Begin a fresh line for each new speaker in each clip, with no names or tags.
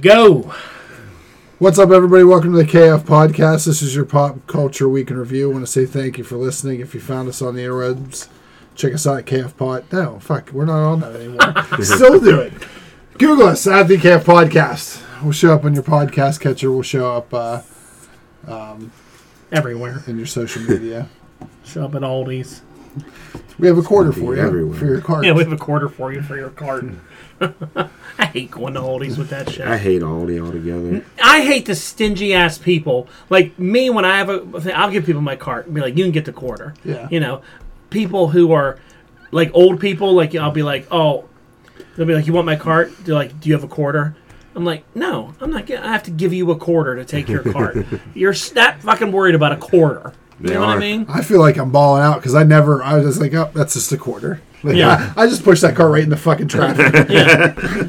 Go.
What's up, everybody? Welcome to the KF Podcast. This is your Pop Culture Week in Review. I want to say thank you for listening. If you found us on the interwebs, check us out at KF Pod. No, fuck, we're not on that anymore. Still do it. Google us at the KF Podcast. We'll show up on your podcast catcher. We'll show up uh,
Everywhere.
in your social media.
Show up at Aldi's.
We have a quarter for you
everywhere.
for your card.
Yeah, we have a quarter for you for your card. I hate going to Aldi's with that shit.
I hate Aldi altogether.
I hate the stingy ass people. Like me, when I have a, I'll give people my cart. Be like, you can get the quarter.
Yeah.
You know, people who are like old people. Like I'll be like, oh, they'll be like, you want my cart? They're like, do you have a quarter? I'm like, no, I'm not. Gonna, I have to give you a quarter to take your cart. You're s- that fucking worried about a quarter. You
They
know what I
are.
mean?
I feel like I'm balling out because I never, I was just like, oh, that's just a quarter. Like,
Yeah.
I, I just pushed that car right in the fucking traffic.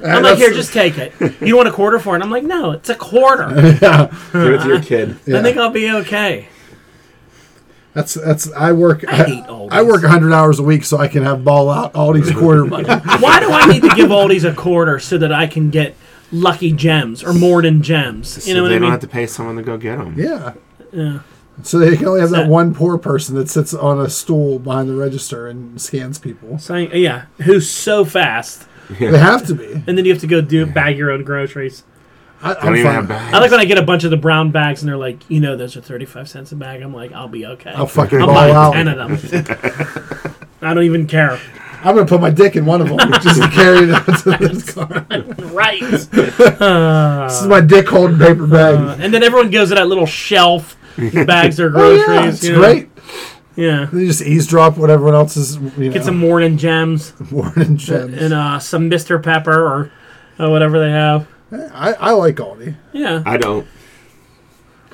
I'm like, here, just take it. You want a quarter for it? And I'm like, no, it's a quarter.
Give it to your kid.
I think I'll be okay.
That's that's I work. I,
hate Aldi's.
I work 100 hours a week so I can have ball out Aldi's quarter money.
Why do I need to give oldies a quarter so that I can get lucky gems or more than gems? You know
so
what
they
I
don't
mean?
have to pay someone to go get them.
yeah. So they can only have that
that-
one poor person that sits on a stool behind the register and scans people.
So, yeah, who's so fast,
They have to be.
and then you have to go do bag your own groceries.
I,
I don't
I'm
even
fine.
have bags.
I like when I get a bunch of the brown bags, and they're like, you know, those are thirty-five cents a bag. I'm like, I'll be okay.
I'll fucking
I'm
ball
buying
out.
ten of them. I don't even care.
I'm gonna put my dick in one of them just to carry it out to this car.
Right.
This
Uh,
is my dick holding paper bag.
and then everyone goes to that little shelf, and bags their
Oh,
groceries.
yeah, it's
you know?
great.
Yeah.
They just eavesdrop what everyone else is. You know,
Get some morning gems
morning gems.
and uh, some Mr. Pepper or uh, whatever they have.
I, I like Aldi.
Yeah.
I don't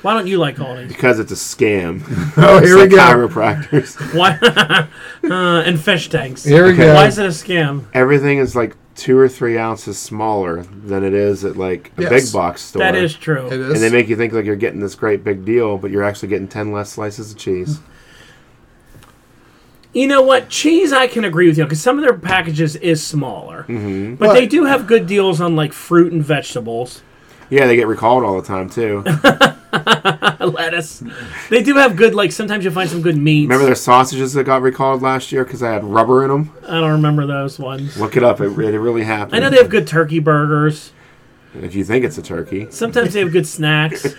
Why don't you like Aldi?
because it's a scam.
Oh,
It's
here we
like
go.
Chiropractors.
Why? uh, and fish tanks.
Here we
Okay.
go.
Why is it a scam?
Everything is like two or three ounces smaller than it is at like a
Yes.
big box store.
That is
It
true.
is.
And they make you think like you're getting this great big deal, but you're actually getting ten less slices of cheese.
You know what? Cheese, I can agree with you because some of their packages is smaller, mm-hmm. but they do have good deals on like fruit and vegetables,
Yeah, they get recalled all the time too.
lettuce. They do have good like sometimes you'll find some good meats.
Remember their sausages that got recalled last year because they had rubber in them?
I don't remember those ones.
Look it up. It, it really happened.
I know they have good turkey burgers.
if you think it's a turkey,
Sometimes they have good snacks.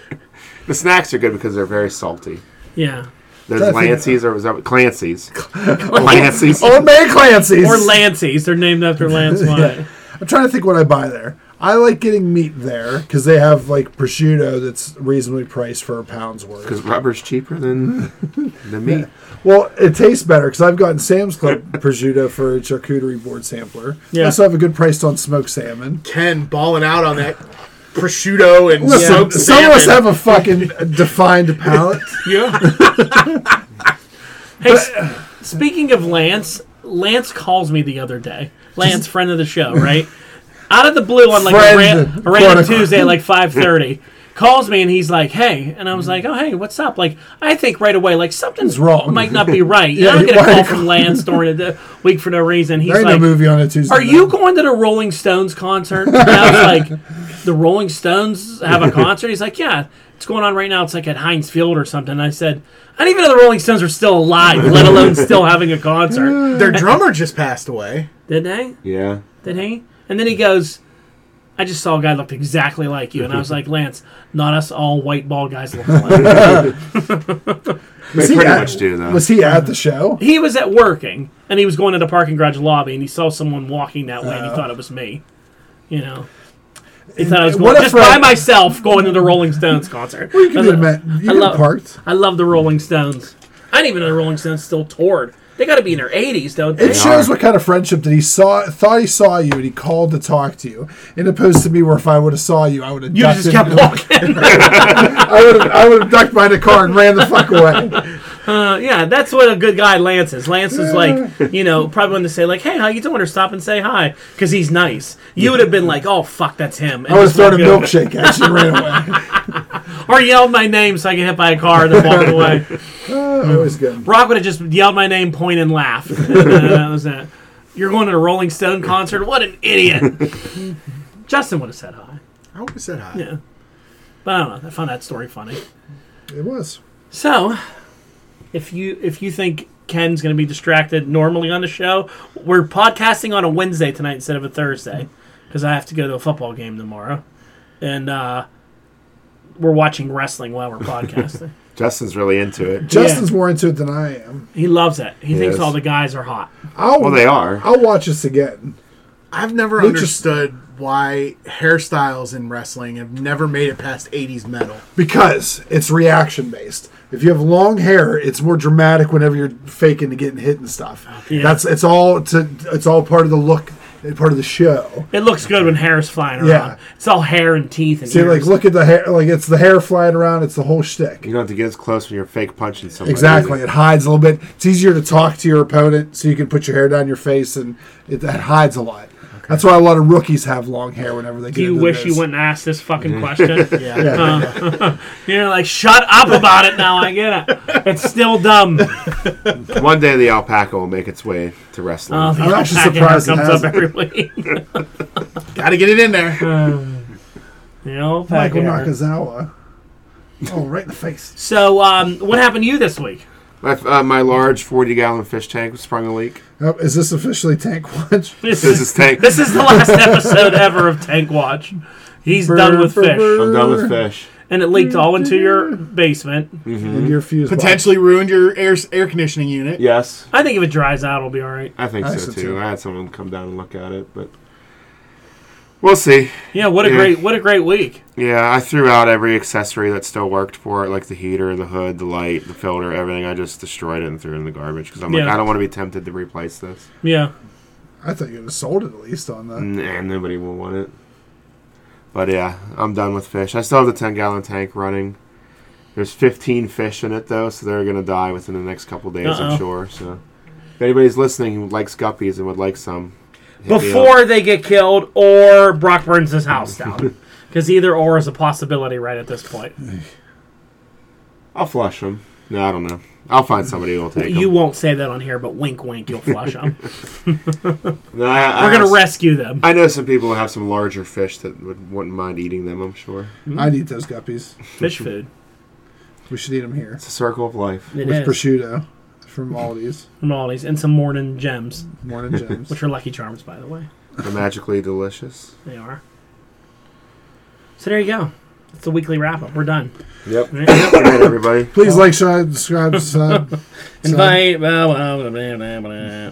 the snacks are good because they're very salty.
Yeah.
There's
That's-
Lancey's or was that Clancy's? Oh. Lancey's.
Old man Clancy's.
Or Lancey's. They're named after Lance Wyatt.
I'm trying to think what I buy there. I like getting meat there because they have like prosciutto that's reasonably priced for a pound's worth.
Because rubber's cheaper than than meat.
Well, it tastes better because I've gotten Sam's Club prosciutto for a charcuterie board sampler. They
Yeah.
also have a good price on smoked salmon.
Ken balling out on that prosciutto and
Listen,
smoked
some of us
salmon.
have a fucking defined palate.
Yeah. hey, s- speaking of Lance, Lance calls me the other day. Lance, friend of the show, right? Out of the blue on like a,
Friend,
ran- a
quote
random
unquote.
Tuesday at like five thirty, calls me and he's like, "Hey," and I was like, "Oh, hey, what's up?" Like, I think right away, like something's
wrong.
might not be right.
Yeah,
I don't get a
why are
call
you
from Lance during the week for no reason. He's
There ain't
like,
no movie on a Tuesday.
are
night.
you going to the Rolling Stones concert? And I was like, the Rolling Stones have a concert? He's like, yeah, it's going on right now. It's like at Heinz Field or something. And I said, I didn't even know the Rolling Stones were still alive, let alone still having a concert.
Their drummer just passed away.
Did they?
Yeah.
Did he? And then he goes, I just saw a guy that looked exactly like you. And I was like, Lance, not us all white bald guys look alike.
They
he
pretty
at-
much do though.
Was he at the show?
he was at working and he was going to the parking garage lobby and he saw someone walking that way and he thought it was me. You know. He thought I was
What
going,
if
just
we're-
by myself going to the Rolling Stones concert.
You could have met. You
I
could
love,
have parked.
I love the Rolling Stones. I didn't even know the Rolling Stones still toured. They got to be in their 80s, don't they?
It shows
are.
what kind of friendship that he saw thought he saw you and he called to talk to you. In opposed to me where if I would have saw you I would have
you
ducked
just
into-
kept walking.
I would have I would have ducked behind a car and ran the fuck away.
Uh, yeah, that's what a good guy Lance is. Lance is like, you know, probably wanted to say like, "Hey, how you doing?" or stop and say hi because he's nice. You would have been like, "Oh fuck, that's him." and
I would
just
have thrown a
let go.
milkshake at you and ran away.
or yelled my name so I get hit by a car and then walked away. Mm.
That was good.
Brock would have just yelled my name, point and laugh. that was that. You're going to the Rolling Stone concert? What an idiot! Justin would have said hi.
I always said hot.
Yeah. But I don't know. I found that story funny.
It was.
So, if you if you think Ken's going to be distracted normally on the show, we're podcasting on a Wednesday tonight instead of a Thursday because I have to go to a football game tomorrow, and uh, we're watching wrestling while we're podcasting.
Justin's really into it.
Justin's more into it than I am.
he loves it. He thinks
Yes.
all the guys are hot.
I'll,
Well, they are.
I'll watch this again.
I've never
Lucha-
understood why hairstyles in wrestling have never made it past 80s metal.
Because it's reaction based. If you have long hair, it's more dramatic whenever you're faking to getting hit and stuff.
Yeah.
That's it's all to it's all part of the look, and part of the show.
It looks good when hair's flying around.
Yeah.
It's all hair and teeth and
See, like
ears.
look at the hair, like it's the hair flying around. It's the whole shtick.
You don't have to get as close when you're fake punching somebody.
Exactly, it hides a little bit. It's easier to talk to your opponent, so you can put your hair down your face, and it that hides a lot. That's why a lot of rookies have long hair whenever they get.
Do you
into
wish
this.
you uh, wouldn't ask this fucking question?
Yeah.
You're like, shut up about it now. I get it. It's still dumb.
One day the alpaca will make its way to wrestling.
Oh, the
I'm actually
alpaca hair
surprised it
comes up
hasn't.
every week.
Gotta get it in there.
The alpaca
Michael
hair.
Nakazawa. Oh, right in the face.
So, um, what happened to you this week?
my, uh, my large 40 gallon fish tank sprung a leak.
Oh, is this officially Tank Watch?
This
This
is
is tank.
this is the last episode ever of Tank Watch. He's done with
Brr, brr,
fish,
brr.
I'm done with fish.
and it leaked all into your basement.
And your fuse box.
Potentially ruined your air, air conditioning unit.
Yes.
I think if it dries out, it'll be all right.
I think
I
so
think so,
too.
too.
I had someone come down and look at it, but we'll see.
Yeah, what a
Yeah.
great, what a great week.
Yeah, I threw out every accessory that still worked for it, like the heater, the hood, the light, the filter, everything. I just destroyed it and threw it in the garbage because I'm like,
Yeah.
I don't want to be tempted to replace this,
Yeah,
I thought you would have sold it at least on that.
and nobody will want it. But yeah, I'm done with fish. I still have the 10 gallon tank running. There's 15 fish in it though, so they're gonna die within the next couple days,
Uh-oh.
I'm sure. So, if anybody's listening who likes guppies and would like some, hit me up.
before they get killed or Brock burns his house down, because either or is a possibility right at this point.
I'll flush them. No, I don't know. I'll find somebody who'll take them.
You won't say that on here, but wink, wink, you'll flush them.
No, I, I
We're gonna
have-
rescue them.
I know some people who have some larger fish that would, wouldn't mind eating them. I'm sure
Mm-hmm.
I need those guppies.
Fish food.
We should eat them here.
it's a circle of life.
It is
with prosciutto from Aldi's.
from Aldi's and some morning gems,
Morning Gems.
which are Lucky Charms, by the way.
They're magically delicious.
They are. So there you go. It's the weekly wrap up. We're done.
Yep.
Right.
Good night, everybody.
Please like, share, subscribe, sub.
Invite. Blah, blah, blah, blah, blah, blah.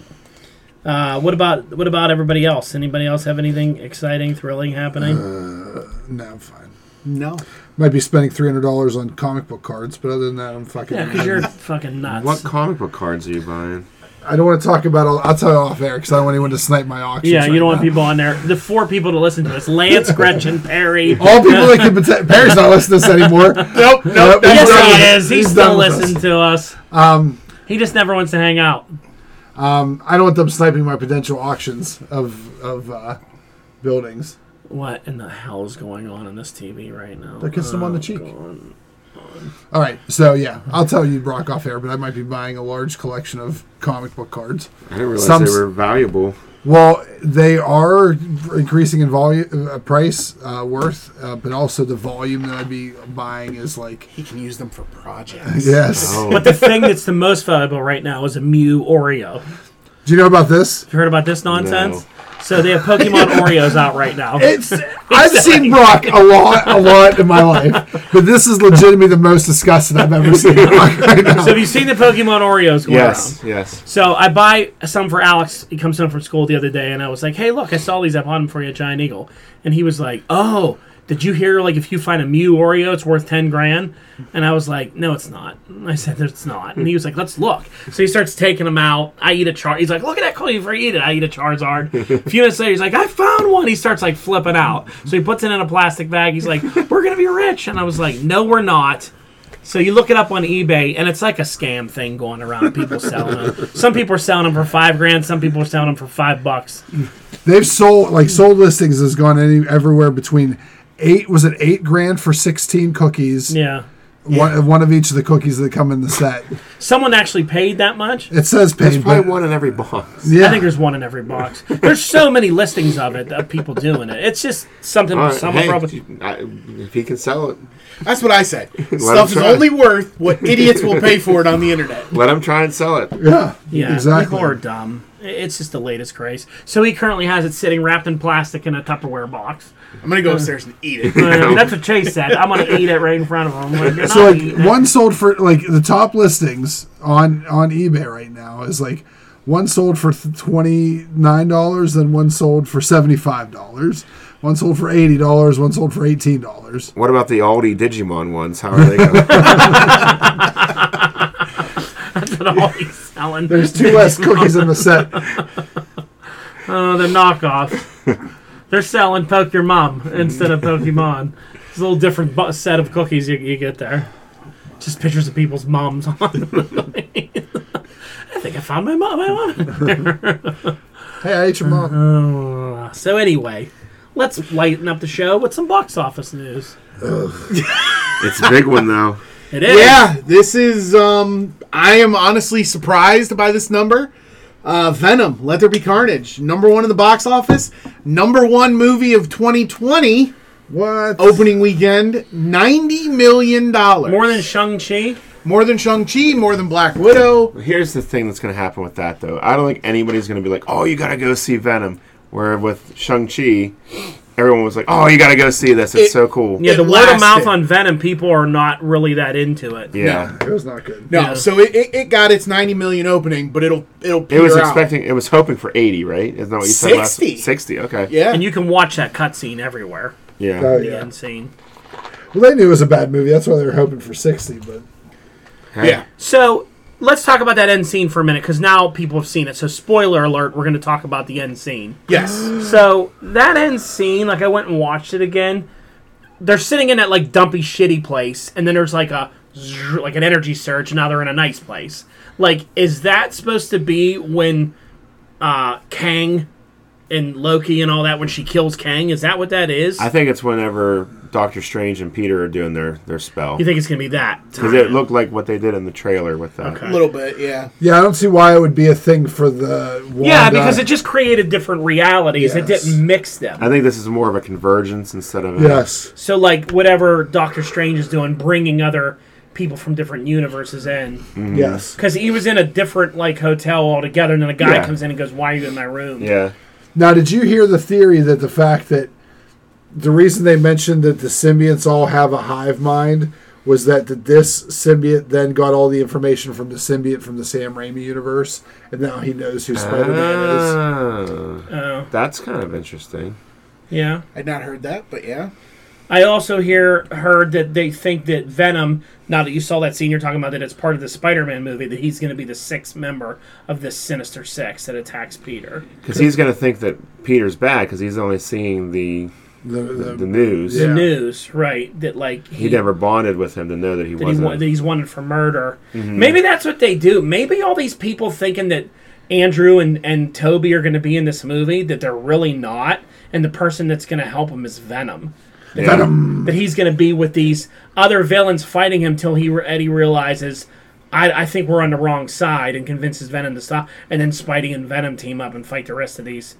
Uh, what about what about everybody else? Anybody else have anything exciting, thrilling happening?
Uh, No, I'm fine.
No.
Might be spending three hundred dollars on comic book cards, but other than that, I'm fucking.
yeah, because you're fucking nuts.
What comic book cards are you buying?
I don't want to talk about. All, I'll tell you off air because I don't want anyone to snipe my auction.
yeah, you don't want people on there. The four people to listen to us: Lance, Gretchen, Perry.
All people that can pretend. Perry's not listening to this anymore. Uh,
Nope, nope.
Nope.
that's
Yes,
yes,
right.
he is. He
He's
still
done with us.
listens to us.
Um,
He just never wants to hang out.
I don't want them sniping my potential auctions of of uh, buildings.
What in the hell is going on in this TV right now? Oh,
They're kissing him on the cheek.
God.
All right, so yeah, I'll tell you, Brock, off air, but I might be buying a large collection of comic book cards.
I didn't realize
Some
they
s-
were valuable.
Well, they are increasing in volume, uh, price, uh, worth, uh, but also the volume that I'd be buying is like
He can use them for projects.
yes.
Oh,
the thing that's the most valuable right now is a Mew Oreo.
Do you know about this?
You heard about this nonsense? So they have Pokemon Oreos out right now.
It's I've seen Brock a lot, a lot in my life, but this is legitimately the most disgusting I've ever seen. Brock right now.
so have you seen the Pokemon Oreos going around?
yes, yes.
So I buy some for Alex. He comes home from school the other day, and I was like, "Hey, look, I saw these up on for you, Giant Eagle." And he was like, "Oh, did you hear? Like, if you find a Mew Oreo, it's worth ten grand." And I was like, "No, it's not." And I said, "It's not." And he was like, "Let's look." So he starts taking them out. I eat a char. He's like, "Look at that cool for eat it." I eat a Charizard. a few minutes later, he's like, "I found one." He starts like flipping out. So he puts it in a plastic bag. He's like, "We're gonna be rich." And I was like, "No, we're not." So you look it up on eBay, and it's like a scam thing going around. People selling them. Some people are selling them for five grand. Some people are selling them for five bucks.
They've sold like sold listings has gone any everywhere between eight was it eight grand for sixteen cookies
Yeah,
one, one of each of the cookies that come in the set.
Someone actually paid that much.
It says
There's
paid, but
probably one in every box.
yeah,
I think there's one in every box. There's so many listings of it of people doing it. It's just something
All right,
someone
hey,
probably.
I, if he can sell it,
That's what I said.
him
Stuff is
try.
only worth what idiots will pay for it on the internet.
let him try and sell it.
yeah,
Yeah,
exactly.
people are dumb. I- It's just the latest craze. So he currently has it sitting wrapped in plastic in a Tupperware box.
I'm gonna go upstairs and eat it.
I mean, that's what Chase said. I'm gonna eat it right in front of him. Like, you're
So
not
like
eating it.
one sold for like the top listings on on eBay right now is like one sold for twenty nine dollars, then one sold for seventy five dollars, one sold for eighty dollars, one sold for eighteen dollars.
What about the Aldi Digimon ones? How are they going?
That's all he's selling.
There's two less cookies in the set.
Oh, the knockoff. They're selling Poke Your Mom instead of Pokemon. It's a little different bu- set of cookies you, you get there. Just pictures of people's moms on them. I think I found my mom. My mom.
Hey, I ate your mom.
Uh, so anyway, let's lighten up the show with some box office news.
it's a big one though.
It is.
Yeah, this is. Um, I am honestly surprised by this number. Uh, Venom, Let There Be Carnage, number one in the box office, number one movie of 2020,
What?
Oh.
opening weekend, ninety million dollars.
More than Shang Chi.
more than Shang Chi, more than Black Widow.
Here's the thing that's going to happen with that though. I don't think anybody's going to be like, "Oh, you got to go see Venom." Where with Shang Chi, everyone was like, "Oh, you got to go see this. It's
It-
so cool."
Yeah,
It
the word of mouth
lasted.
on Venom, people are not really that into it.
Yeah.
It was not good.
No,
Yeah.
so it, it, it got its ninety million opening, but it'll it'll
It
peter
was
out.
expecting. It was hoping for eighty, right? Isn't that what you said last?
60.
Sixty. Okay.
Yeah,
And you can watch that cutscene everywhere.
Yeah.
Oh,
The
yeah.
end scene.
Well, they knew it was a bad movie. That's why they were hoping for sixty. But
Hey,
yeah.
So let's talk about that end scene for a minute because now people have seen it. So spoiler alert, we're going to talk about the end scene.
Yes.
So that end scene, like I went and watched it again. They're sitting in that like dumpy, shitty place, and then there's like a zzz- like an energy surge, and now they're in a nice place. Like, is that supposed to be when uh, Kang and Loki and all that when she kills Kang? Is that what that is?
I think it's whenever Doctor Strange and Peter are doing their their spell
you think it's gonna be that?
because it looked like what they did in the trailer with that.
Okay.
A little bit, yeah.
yeah, I don't see why it would be a thing for the Wanda.
Yeah, because it just created different realities. It
Yes.
didn't mix them.
I think this is more of a convergence instead of a-
yes,
So like whatever Doctor Strange is doing, bringing other people from different universes in,
yes.
because he was in a different like hotel altogether, and then a guy
Yeah.
comes in and goes, "Why are you in my room?"
Yeah.
Now, did you hear the theory that the fact that the reason they mentioned that the symbionts all have a hive mind was that the, this symbiote then got all the information from the symbiote from the Sam Raimi universe, and now he knows who Spider Man is.
Ah,
Oh,
that's kind of interesting.
yeah.
I'd not heard that, but yeah.
I also hear heard that they think that Venom. Now that you saw that scene, you're talking about that it's part of the Spider-Man movie that he's going to be the sixth member of this Sinister Six that attacks Peter.
Because he's going to think that Peter's bad because he's only seeing the
The, the,
the news.
The
Yeah.
news, right? That like
He never bonded with him to know that he
that, he
wasn't.
wa- that he's wanted for murder. Maybe that's what they do. Maybe all these people thinking that Andrew and, and Toby are going to be in this movie that they're really not, and the person that's going to help him is Venom.
Yeah.
That he's going to be with these other villains fighting him till he re- Eddie realizes. I, I think we're on the wrong side and convinces Venom to stop, and then Spidey and Venom team up and fight the rest of these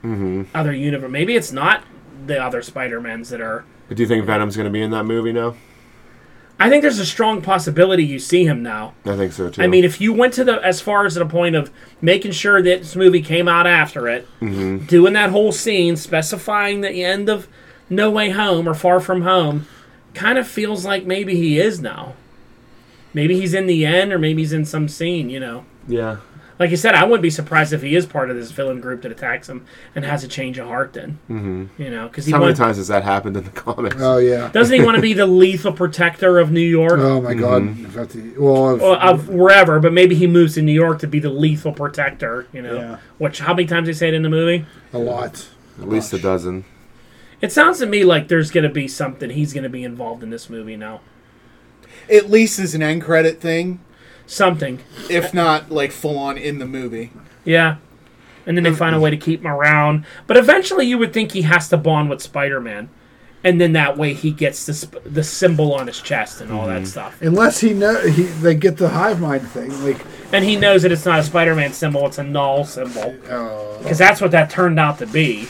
other universe. Maybe it's not the other Spider Mans that are
But do you think Venom's going to be in that movie now?
I think there's a strong possibility you see him now.
I think so too.
I mean, if you went to the as far as the point of making sure that this movie came out after it,
Mm-hmm.
doing that whole scene, specifying the end of No Way Home or Far From Home, kind of feels like maybe he is now. Maybe he's in the end, or maybe he's in some scene. You know,
yeah.
like you said, I wouldn't be surprised if he is part of this villain group that attacks him and has a change of heart. Then, mm-hmm. you know, because he
How many
want,
times has that happened in the comics?
oh yeah.
doesn't he want to be the lethal protector of New York?
Oh my God.
Mm-hmm.
In fact, he- well, if-
Well, of wherever, but maybe he moves to New York to be the lethal protector. You know,
Yeah.
which how many times they say it in the movie?
a lot.
At least a dozen.
It sounds to me like there's going to be something he's going to be involved in this movie now.
At least as an end credit thing,
Something,
if not like full on in the movie.
yeah. And then they find a way to keep him around, but eventually you would think he has to bond with Spider Man. and then that way he gets the sp- the symbol on his chest and all that stuff,
Unless he know he they get the hive mind thing, like
and he knows that it's not a Spider-Man symbol; it's a Null symbol
uh,
because that's what that turned out to be.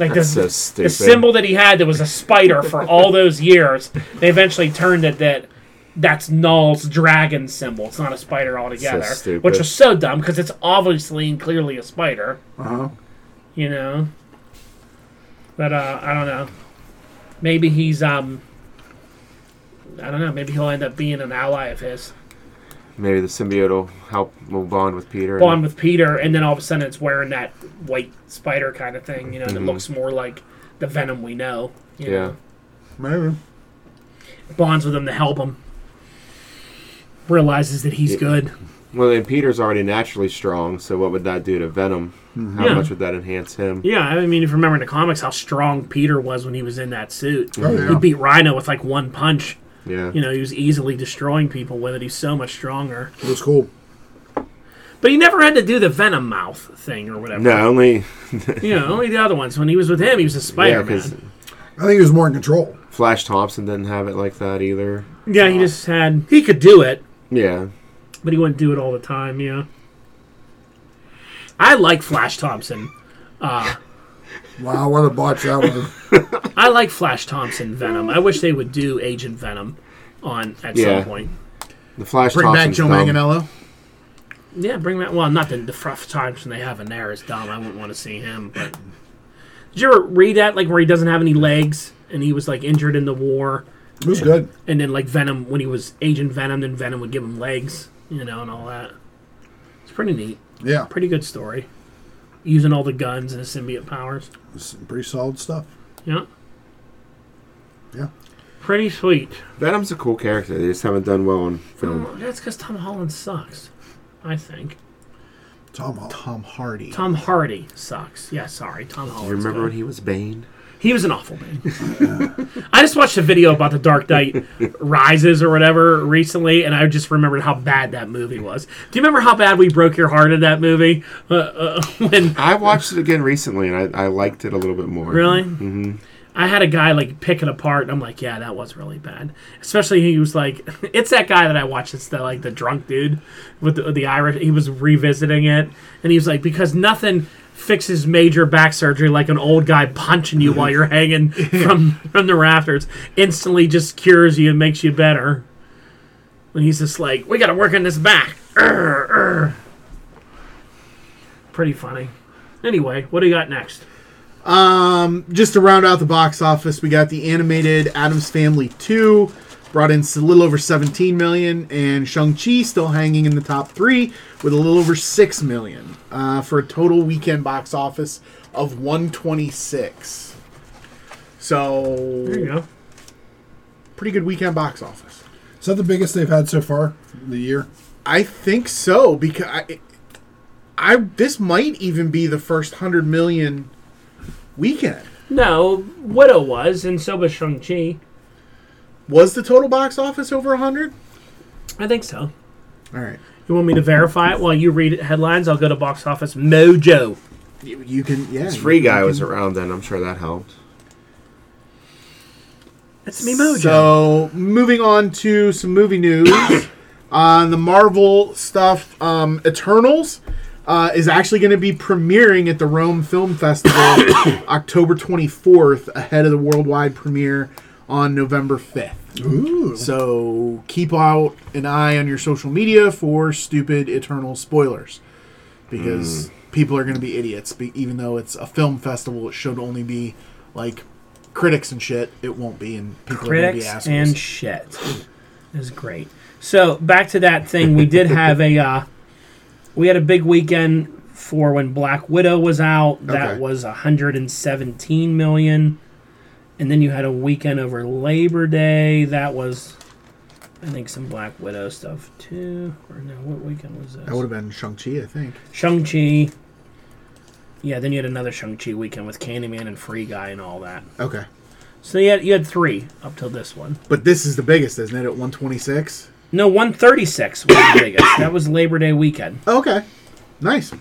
Like the,
That's so
the
stupid.
symbol that he had that was a spider for all those years, they eventually turned it that that's Null's dragon symbol. It's not a spider altogether,
stupid.
which was so dumb because it's obviously and clearly a spider.
uh-huh.
you know. But uh, I don't know. Maybe he's um. I don't know. Maybe he'll end up being an ally of his.
Maybe the symbiote will help will bond with Peter.
Bond with Peter, and then all of a sudden it's wearing that white spider kind of thing, you know, that looks more like the Venom we know. You
Mm-hmm. yeah.
Know?
maybe.
Bonds with him to help him. Realizes that he's
Yeah.
good.
Well, then Peter's already naturally strong, so what would that do to Venom? How
Mm-hmm. Yeah.
much would that enhance him?
Yeah, I mean, if you remember in the comics how strong Peter was when he was in that suit,
Oh, yeah.
he beat Rhino with like one punch.
Yeah.
You know, he was easily destroying people with it. He's so much stronger.
It was cool.
But he never had to do the venom mouth thing or whatever.
No, only
You know, only the other ones. When he was with him, he was a
yeah,
Spider
because
Man.
I think he was more in control.
Flash Thompson didn't have it like that either.
Yeah, he just had. He could do it,
Yeah,
but he wouldn't do it all the time, yeah. I like Flash Thompson.
Wow, what a botch that was.
I like Flash Thompson Venom. I wish they would do Agent Venom on at
Yeah.
some point.
the Flash
Bring back
Thompson's
Joe
dumb.
Manganello.
Yeah, bring that. Well, not the, the rough Thompson they have in there is dumb. I wouldn't want to see him. But did you ever read that like where he doesn't have any legs and he was like injured in the war?
It was good.
and then like Venom when he was Agent Venom, then Venom would give him legs, you know, and all that. It's pretty neat,
Yeah,
pretty good story. Using all the guns and the symbiote powers.
it was some pretty solid stuff.
Yeah,
Yeah.
pretty sweet.
Venom's a cool character. They just haven't done well on film.
Oh, that's because Tom Holland sucks. I think
Tom Holland.
Tom Hardy.
Tom Hardy sucks. Yeah, sorry, Tom Holland.
you remember when he was Bane?
He was an awful man. I just watched a video about the Dark Knight Rises or whatever recently, and I just remembered how bad that movie was. Do you remember how bad we broke your heart in that movie? Uh, uh, when
I watched it again recently, and I, I liked it a little bit more.
Really? Mm-hmm. I had a guy like pick it apart, and I'm like, yeah, that was really bad. Especially he was like, it's that guy that I watched. It's the like the drunk dude with the, the Irish. He was revisiting it, and he was like, because nothing fixes major back surgery like an old guy punching you while you're hanging from from the rafters. Instantly just cures you and makes you better. When he's just like, we got to work on this back. Urgh, urgh. Pretty funny. Anyway, what do you got next?
Um, just to round out the box office, we got the animated Adam's Family 2, brought in a little over 17 million, and Shang-Chi still hanging in the top three with a little over 6 million, uh, for a total weekend box office of 126.
There you
So,
go.
pretty good weekend box office.
Is that the biggest they've had so far the year?
I think so because I, I this might even be the first 100 million weekend.
No, Widow was, and so was Shang-Chi.
Was the total box office over 100?
I think so.
All right.
You want me to verify it while you read headlines? I'll go to Box Office Mojo.
You, you can, yeah.
This free guy was around then. I'm sure that helped.
That's me, Mojo.
So, moving on to some movie news. on the Marvel stuff, um, Eternals uh, is actually going to be premiering at the Rome Film Festival October 24th, ahead of the worldwide premiere on November 5th.
Ooh,
So, keep out an eye on your social media for stupid Eternal spoilers because people are going to be idiots. Be- even though it's a film festival, it should only be like critics and shit. It won't be, and people are going to be
Critics
assholes.
and shit is great. So back to that thing, we did have a uh, we had a big weekend for when Black Widow was out. That
Okay.
was 117 million, and then you had a weekend over Labor Day. That was, I think, some Black Widow stuff too. Or no, what weekend was this?
That would have been Shang-Chi, I think.
Shang Chi. Yeah, then you had another Shang Chi weekend with Candyman and Free Guy and all that.
Okay.
So you had you had three up till this one.
But this is the biggest, isn't it? At 126?
No, one thirty six was the biggest. That was Labor Day weekend.
okay. Nice.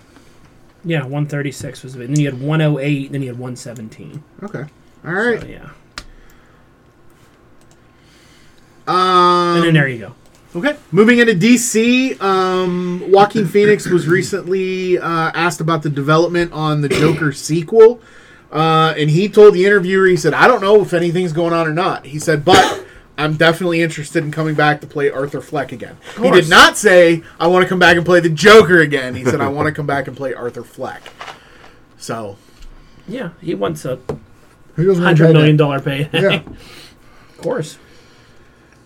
Yeah, one thirty six was the big. Then you had one oh eight. Then you had one seventeen.
Okay. All right.
So yeah, and then there you go.
Okay. Moving into DC, um, Joaquin Phoenix was recently uh, asked about the development on the Joker sequel. Uh, and he told the interviewer, he said, I don't know if anything's going on or not. He said, but I'm definitely interested in coming back to play Arthur Fleck again. He did
course.
not say, I want to come back and play the Joker again. He said, I want to come back and play Arthur Fleck. So,
Yeah, he wants a
Who doesn't want to
hundred
pay
million dollar pay.
that? Yeah.
of course.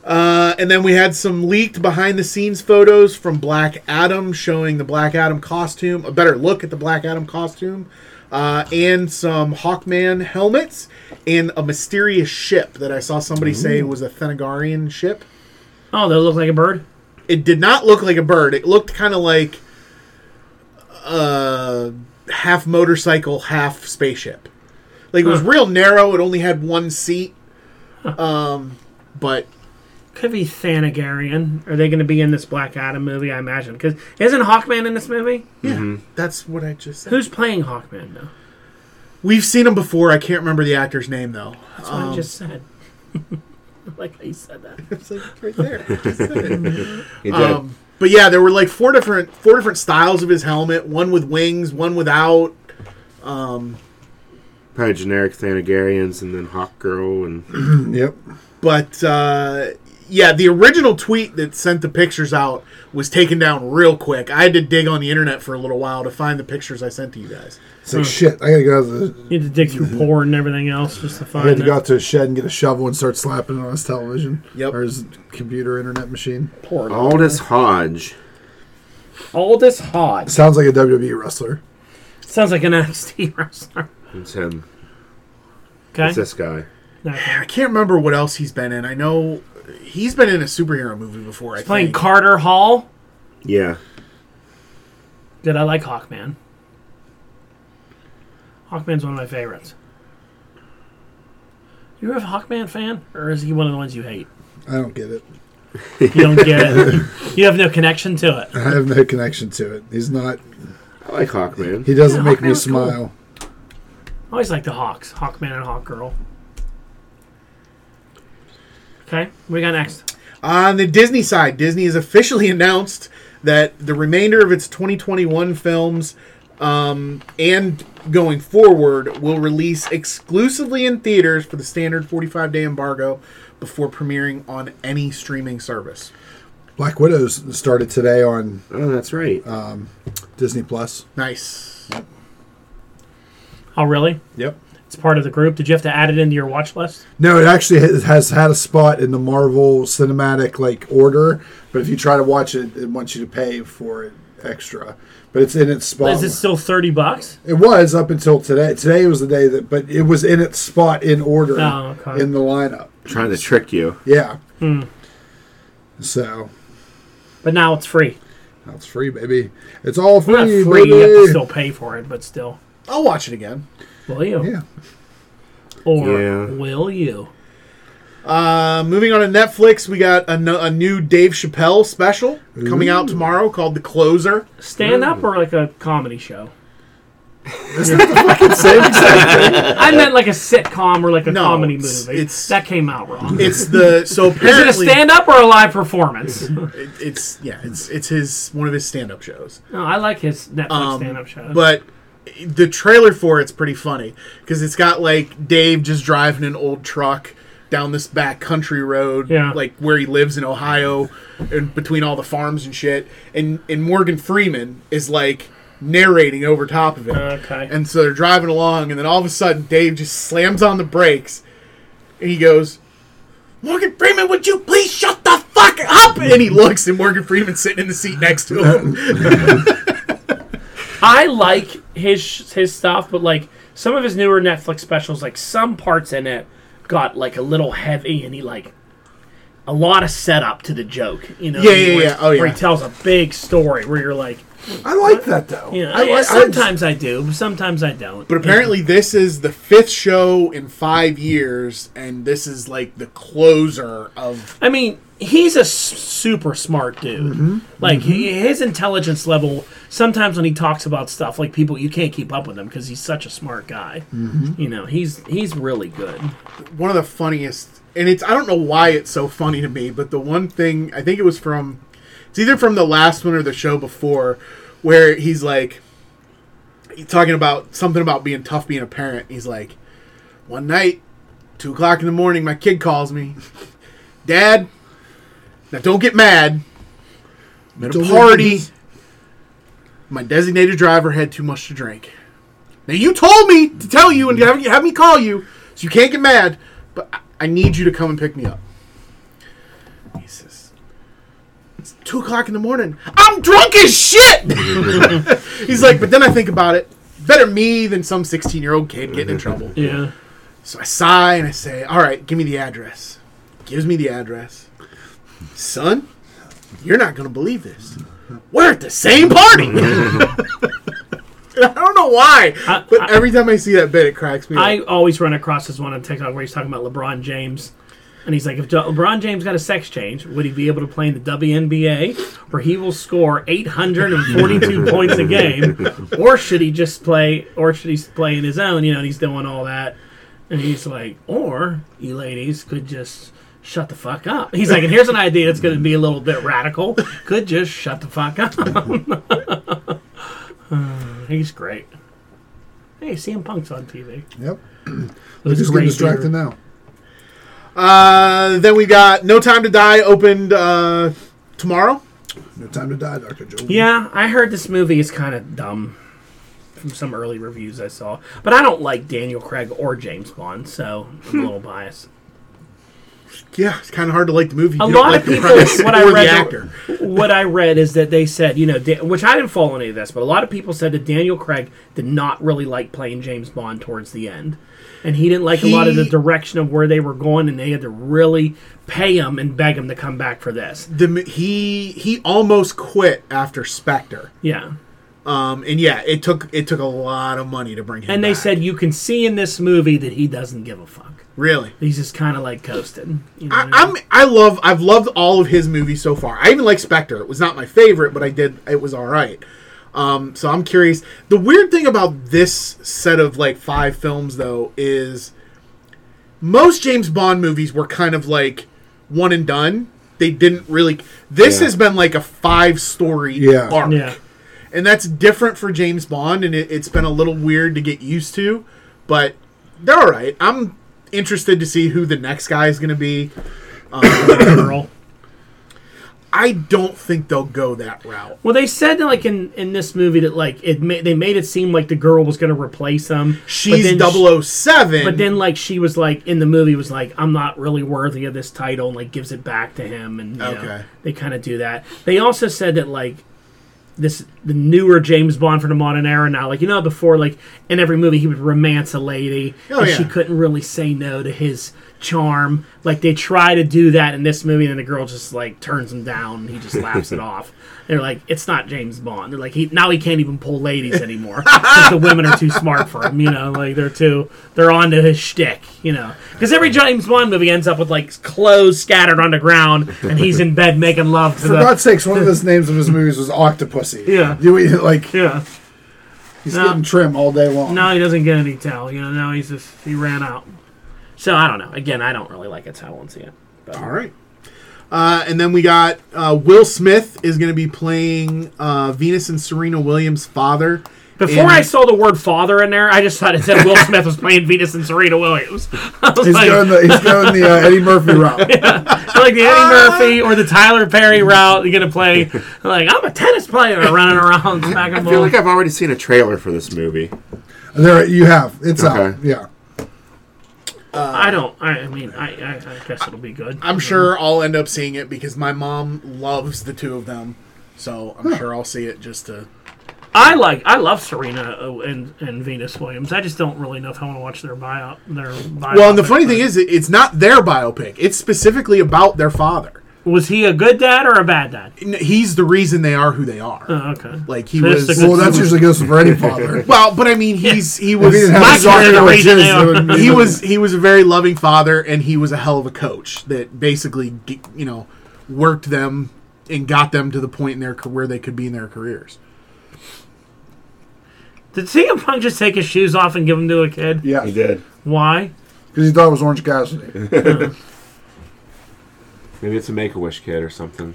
Uh, and then we had some leaked behind the scenes photos from Black Adam showing the Black Adam costume, a better look at the Black Adam costume, uh, and some Hawkman helmets, and a mysterious ship that I saw somebody say was a Thanagarian ship.
Oh, they look like a bird.
It did not look like a bird. It looked kind of like uh, half motorcycle, half spaceship. Like it was
Huh.
real narrow. It only had one seat. Um, but
Could be Thanagarian. Are they going to be in this Black Adam movie? I imagine because isn't Hawkman in this movie?
yeah, that's what I just said.
Who's playing Hawkman though?
We've seen him before. I can't remember the actor's name though.
That's what I just said. I like how you said that.
It's like mm. right there. I just said it.
He did.
um, but yeah, there were like four different four different styles of his helmet. One with wings, one without.
Probably generic Thanagarians and then Hawk Girl and
Yep.
But uh, yeah, the original tweet that sent the pictures out was taken down real quick. I had to dig on the internet for a little while to find the pictures I sent to you guys.
It's
Hmm.
like shit. I gotta go to the.
You need to dig through porn and everything else just to
I had
find
to go out
that
to a shed and get a shovel and start slapping it on his television.
Yep.
Or his computer internet machine.
porn.
Aldous Hodge.
Aldous Hodge
Sounds like a WWE wrestler.
sounds like an NXT wrestler.
It's him.
Okay,
It's this guy.
I can't remember what else he's been in. I know he's been in a superhero movie before. I
playing
think.
Carter Hall.
Yeah.
Did I like Hawkman? Hawkman's one of my favorites. You a Hawkman fan, or is he one of the ones you hate?
I don't get it.
You don't get it. You have no connection to it.
I have no connection to it. He's not.
I like Hawkman.
He doesn't
Yeah,
make me
Hawkman's cool.
smile.
I always like the Hawks, Hawkman and Hawk Girl. Okay, what we got next?
On the Disney side, Disney has officially announced that the remainder of its 2021 films um, and going forward will release exclusively in theaters for the standard 45 day embargo before premiering on any streaming service.
Black Widows started today on
Oh, that's right.
Disney Plus.
Nice.
Oh, really?
Yep.
It's part of the group. Did you have to add it into your watch list?
No, it actually has, has had a spot in the Marvel cinematic like order, but if you try to watch it, it wants you to pay for it extra. But it's in its spot.
Is it still thirty bucks?
It was up until today. Today was the day that, but it was in its spot in order
Oh, okay. Hmm.
in the lineup.
trying to trick you.
Yeah. So
But now it's free.
that's free, baby. It's all free,
Not free. You have to
baby.
still pay for it, but still.
I'll watch it again.
Will you?
yeah.
Or
Yeah.
will you?
Uh, moving on to Netflix, we got a, no- a new Dave Chappelle special coming out tomorrow called The Closer.
Stand up or like a comedy show?
Same exact-
I meant like a sitcom or like a
No,
comedy
it's-
movie.
it's-
that came out wrong.
It's the so
Is it a
apparently
stand up or a live performance? no,
it- it's yeah it's it's his one of his stand up shows.
I like his Netflix
Um,
stand up show.
But the trailer for it's pretty funny because it's got like Dave just driving an old truck down this back country road,
Yeah.
like where he lives in Ohio, and between all the farms and shit. And and Morgan Freeman is like narrating over top of it.
Okay.
And so they're driving along, and then all of a sudden Dave just slams on the brakes, and he goes. Morgan Freeman, would you please shut the fuck up? And he looks, and Morgan Freeman's sitting in the seat next to him.
I like his his stuff, but like some of his newer Netflix specials, like some parts in it got like a little heavy, and he like a lot of setup to the joke. You know,
Yeah, yeah,
where-
yeah. Oh,
Where
yeah.
he tells a big story, where you're like,
I like that though.
Yeah,
I,
I,
I- I-
sometimes I, do, but sometimes I don't.
But apparently, this is the fifth show in five years, and this is like the closer of.
I mean, he's a s- super smart dude. Like he- his intelligence level. Sometimes when he talks about stuff, like people, you can't keep up with him because he's such a smart guy. You know, he's he's really good.
one of the funniest and it's i don't know why it's so funny to me but the one thing i think it was from it's either from the last one or the show before where he's like he's talking about something about being tough being a parent he's like one night two o'clock in the morning my kid calls me dad now don't get mad i'm at a
Don't
party
lose.
my designated driver had too much to drink now you told me to tell you and have, have me call you, so you can't get mad. But I, I need you to come and pick me up. He says, "It's two o'clock in the morning. I'm drunk as shit." He's like, but then I think about it. Better me than some sixteen-year-old kid getting in trouble.
Yeah.
So I sigh and I say, "All right, give me the address." Gives me the address. Son, you're not gonna believe this. We're at the same party. And I don't know why,
I-
but
I-
every time I see that bit, it cracks me.
I
up.
always run across this one on TikTok where he's talking about LeBron James. And he's like, if Jo- LeBron James got a sex change, would he be able to play in the WNBA where he will score 842 points a game? Or should he just play, or should he play in his own? You know, and he's doing all that. And he's like, or you ladies could just shut the fuck up. He's like, and here's an idea that's going to be a little bit radical. Could just shut the fuck up. he's great. Hey, CM Punk's on TV.
Yep.
We're
Just get distracted now.
Uh, then we got No Time to Die opened uh, tomorrow.
No time to die, Doctor Joe.
Yeah, I heard this movie is kind of dumb from some early reviews I saw, but I don't like Daniel Craig or James Bond, so
Hmm.
I'm a little biased.
Yeah, it's kind of hard to like the movie. if
A
you don't
lot
like
of
the
people,
premise
what I
or the
read,
actor.
what I read is that they said, you know, da- which I didn't follow any of this, but a lot of people said that Daniel Craig did not really like playing James Bond towards the end, and he didn't like a lot of the
He-
direction of where they were going, and they had to really pay him and beg him to come back for this.
The, m- he he almost quit after Spectre.
Yeah.
Um, and yeah, it took it took a lot of money to bring him.
And they
back.
said you can see in this movie that he doesn't give a fuck.
really.
He's just kind of like coasted. You know
I,
what I mean?
I'm I love I've loved all of his movies so far. I even like Spectre. It was not my favorite, but I did it was all right. Um, so I'm curious. The weird thing about this set of like five films though is most James Bond movies were kind of like one and done. They didn't really. This
Yeah.
has been like a five story
Yeah.
arc
Yeah.
and that's different for James Bond, and it, it's been a little weird to get used to, but they're all right. I'm interested to see who the next guy is going to be.
Earl.
I don't think they'll go that route.
Well, they said that, like in in this movie that like it ma- they made it seem like the girl was going to replace him.
She's
then she-
007.
but then like she was like in the movie was like I'm not really worthy of this title and like gives it back to him and you know,
Okay.
they kind of do that. They also said that like this the newer James Bond from the modern era now like you know before like in every movie he would romance a lady
Oh,
and
yeah.
she couldn't really say no to his charm like they try to do that in this movie and then the girl just like turns him down and he just laughs it off they're like it's not James Bond they're like he now he can't even pull ladies anymore 'cause the women are too smart for him you know like they're too they're onto his shtick you know because every James Bond movie ends up with like clothes scattered on the ground and he's in bed making love to
For
the
God's sakes, one of his names of his movies was Octopussy.
Yeah.
You eat it like
yeah
he's
No.
getting trim all day long.
Now he doesn't get any towel. You know, now he's just he ran out. So I don't know. Again, I don't really like a towel and see it. But
all right. Uh, and then we got uh, Will Smith is going to be playing uh, Venus and Serena Williams' father.
before
in-
I saw the word father in there, I just thought it said Will Smith was playing Venus and Serena Williams. I was
He's
like,
going the he's going the uh, Eddie Murphy route.
I like the Eddie Murphy or the Tyler Perry route. You're gonna play like I'm a tennis player running around smacking
I feel
balls.
like I've already seen a trailer for this movie.
There you have. It's out.
Okay.
Yeah.
I don't. I, I mean, I, I, I guess it'll be good.
I'm sure I'll end up seeing it because my mom loves the two of them. So I'm sure I'll see it just to.
I like. I love Serena uh, and and Venus Williams. I just don't really know if I want to watch their bio. Their bio
Well, and the funny thing is, it- it's not their biopic. It's specifically about their father.
Was he a good dad or a bad dad?
N- He's the reason they are who they are.
Oh, okay.
Like he
So
was.
that's the-
Well, that's usually goes for any father.
Well, but I mean, he's he
If he
was
didn't have
My
his daughter
kids are
with
raising
his,
their
it
own-
would be-
he was he was a very loving father, and he was a hell of a coach that basically g- you know worked them and got them to the point in their ca- where they could be in their careers.
Did CM Punk just take his shoes off and give them to a kid?
Yeah,
He did.
Why?
because he thought it was Orange Cassidy.
Maybe it's a Make a Wish kid or something.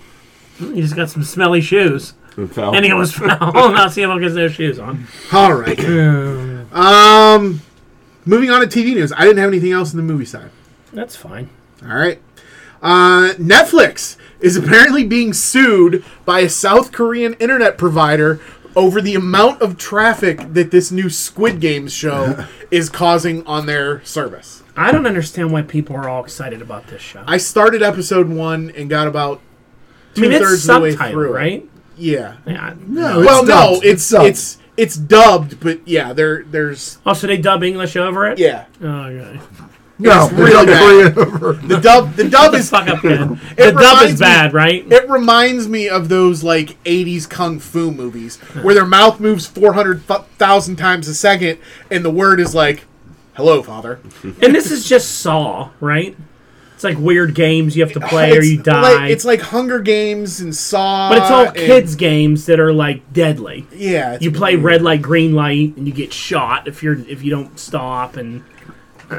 He just got some smelly shoes.
And fell.
And he was foul. now CM Punk has no shoes on.
All right. um, moving on to TV news. I didn't have anything else in the movie side.
That's fine.
All right. Uh, Netflix is apparently being sued by a South Korean internet provider over the amount of traffic that this new Squid Games show is causing on their service.
I don't understand why people are all excited about this show. I,
I started episode one and got about two
mean, it's
thirds of the way
subtitled,
through. it.
right?
Yeah.
Yeah.
No, it's
well, no,
dubbed.
it's
dubbed.
it's it's dubbed, but yeah, there there's
Also, Oh, they dub English over it?
yeah.
Oh, okay.
no,
it's really
they're not Korean.
The dub the dub
The
is
fuck up, man.
It
The dub
reminds
is
me-
bad, right?
It reminds me of those like '80s kung fu movies where their mouth moves four hundred thousand times a second, and the word is like, "Hello, father."
and this is just Saw, right? It's like weird games you have to play or
It's
you die.
Like, it's like Hunger Games and Saw,
but it's all
and-
kids' games that are like deadly.
Yeah, it's
You play red light, green light, and you get shot if you're if you don't stop. And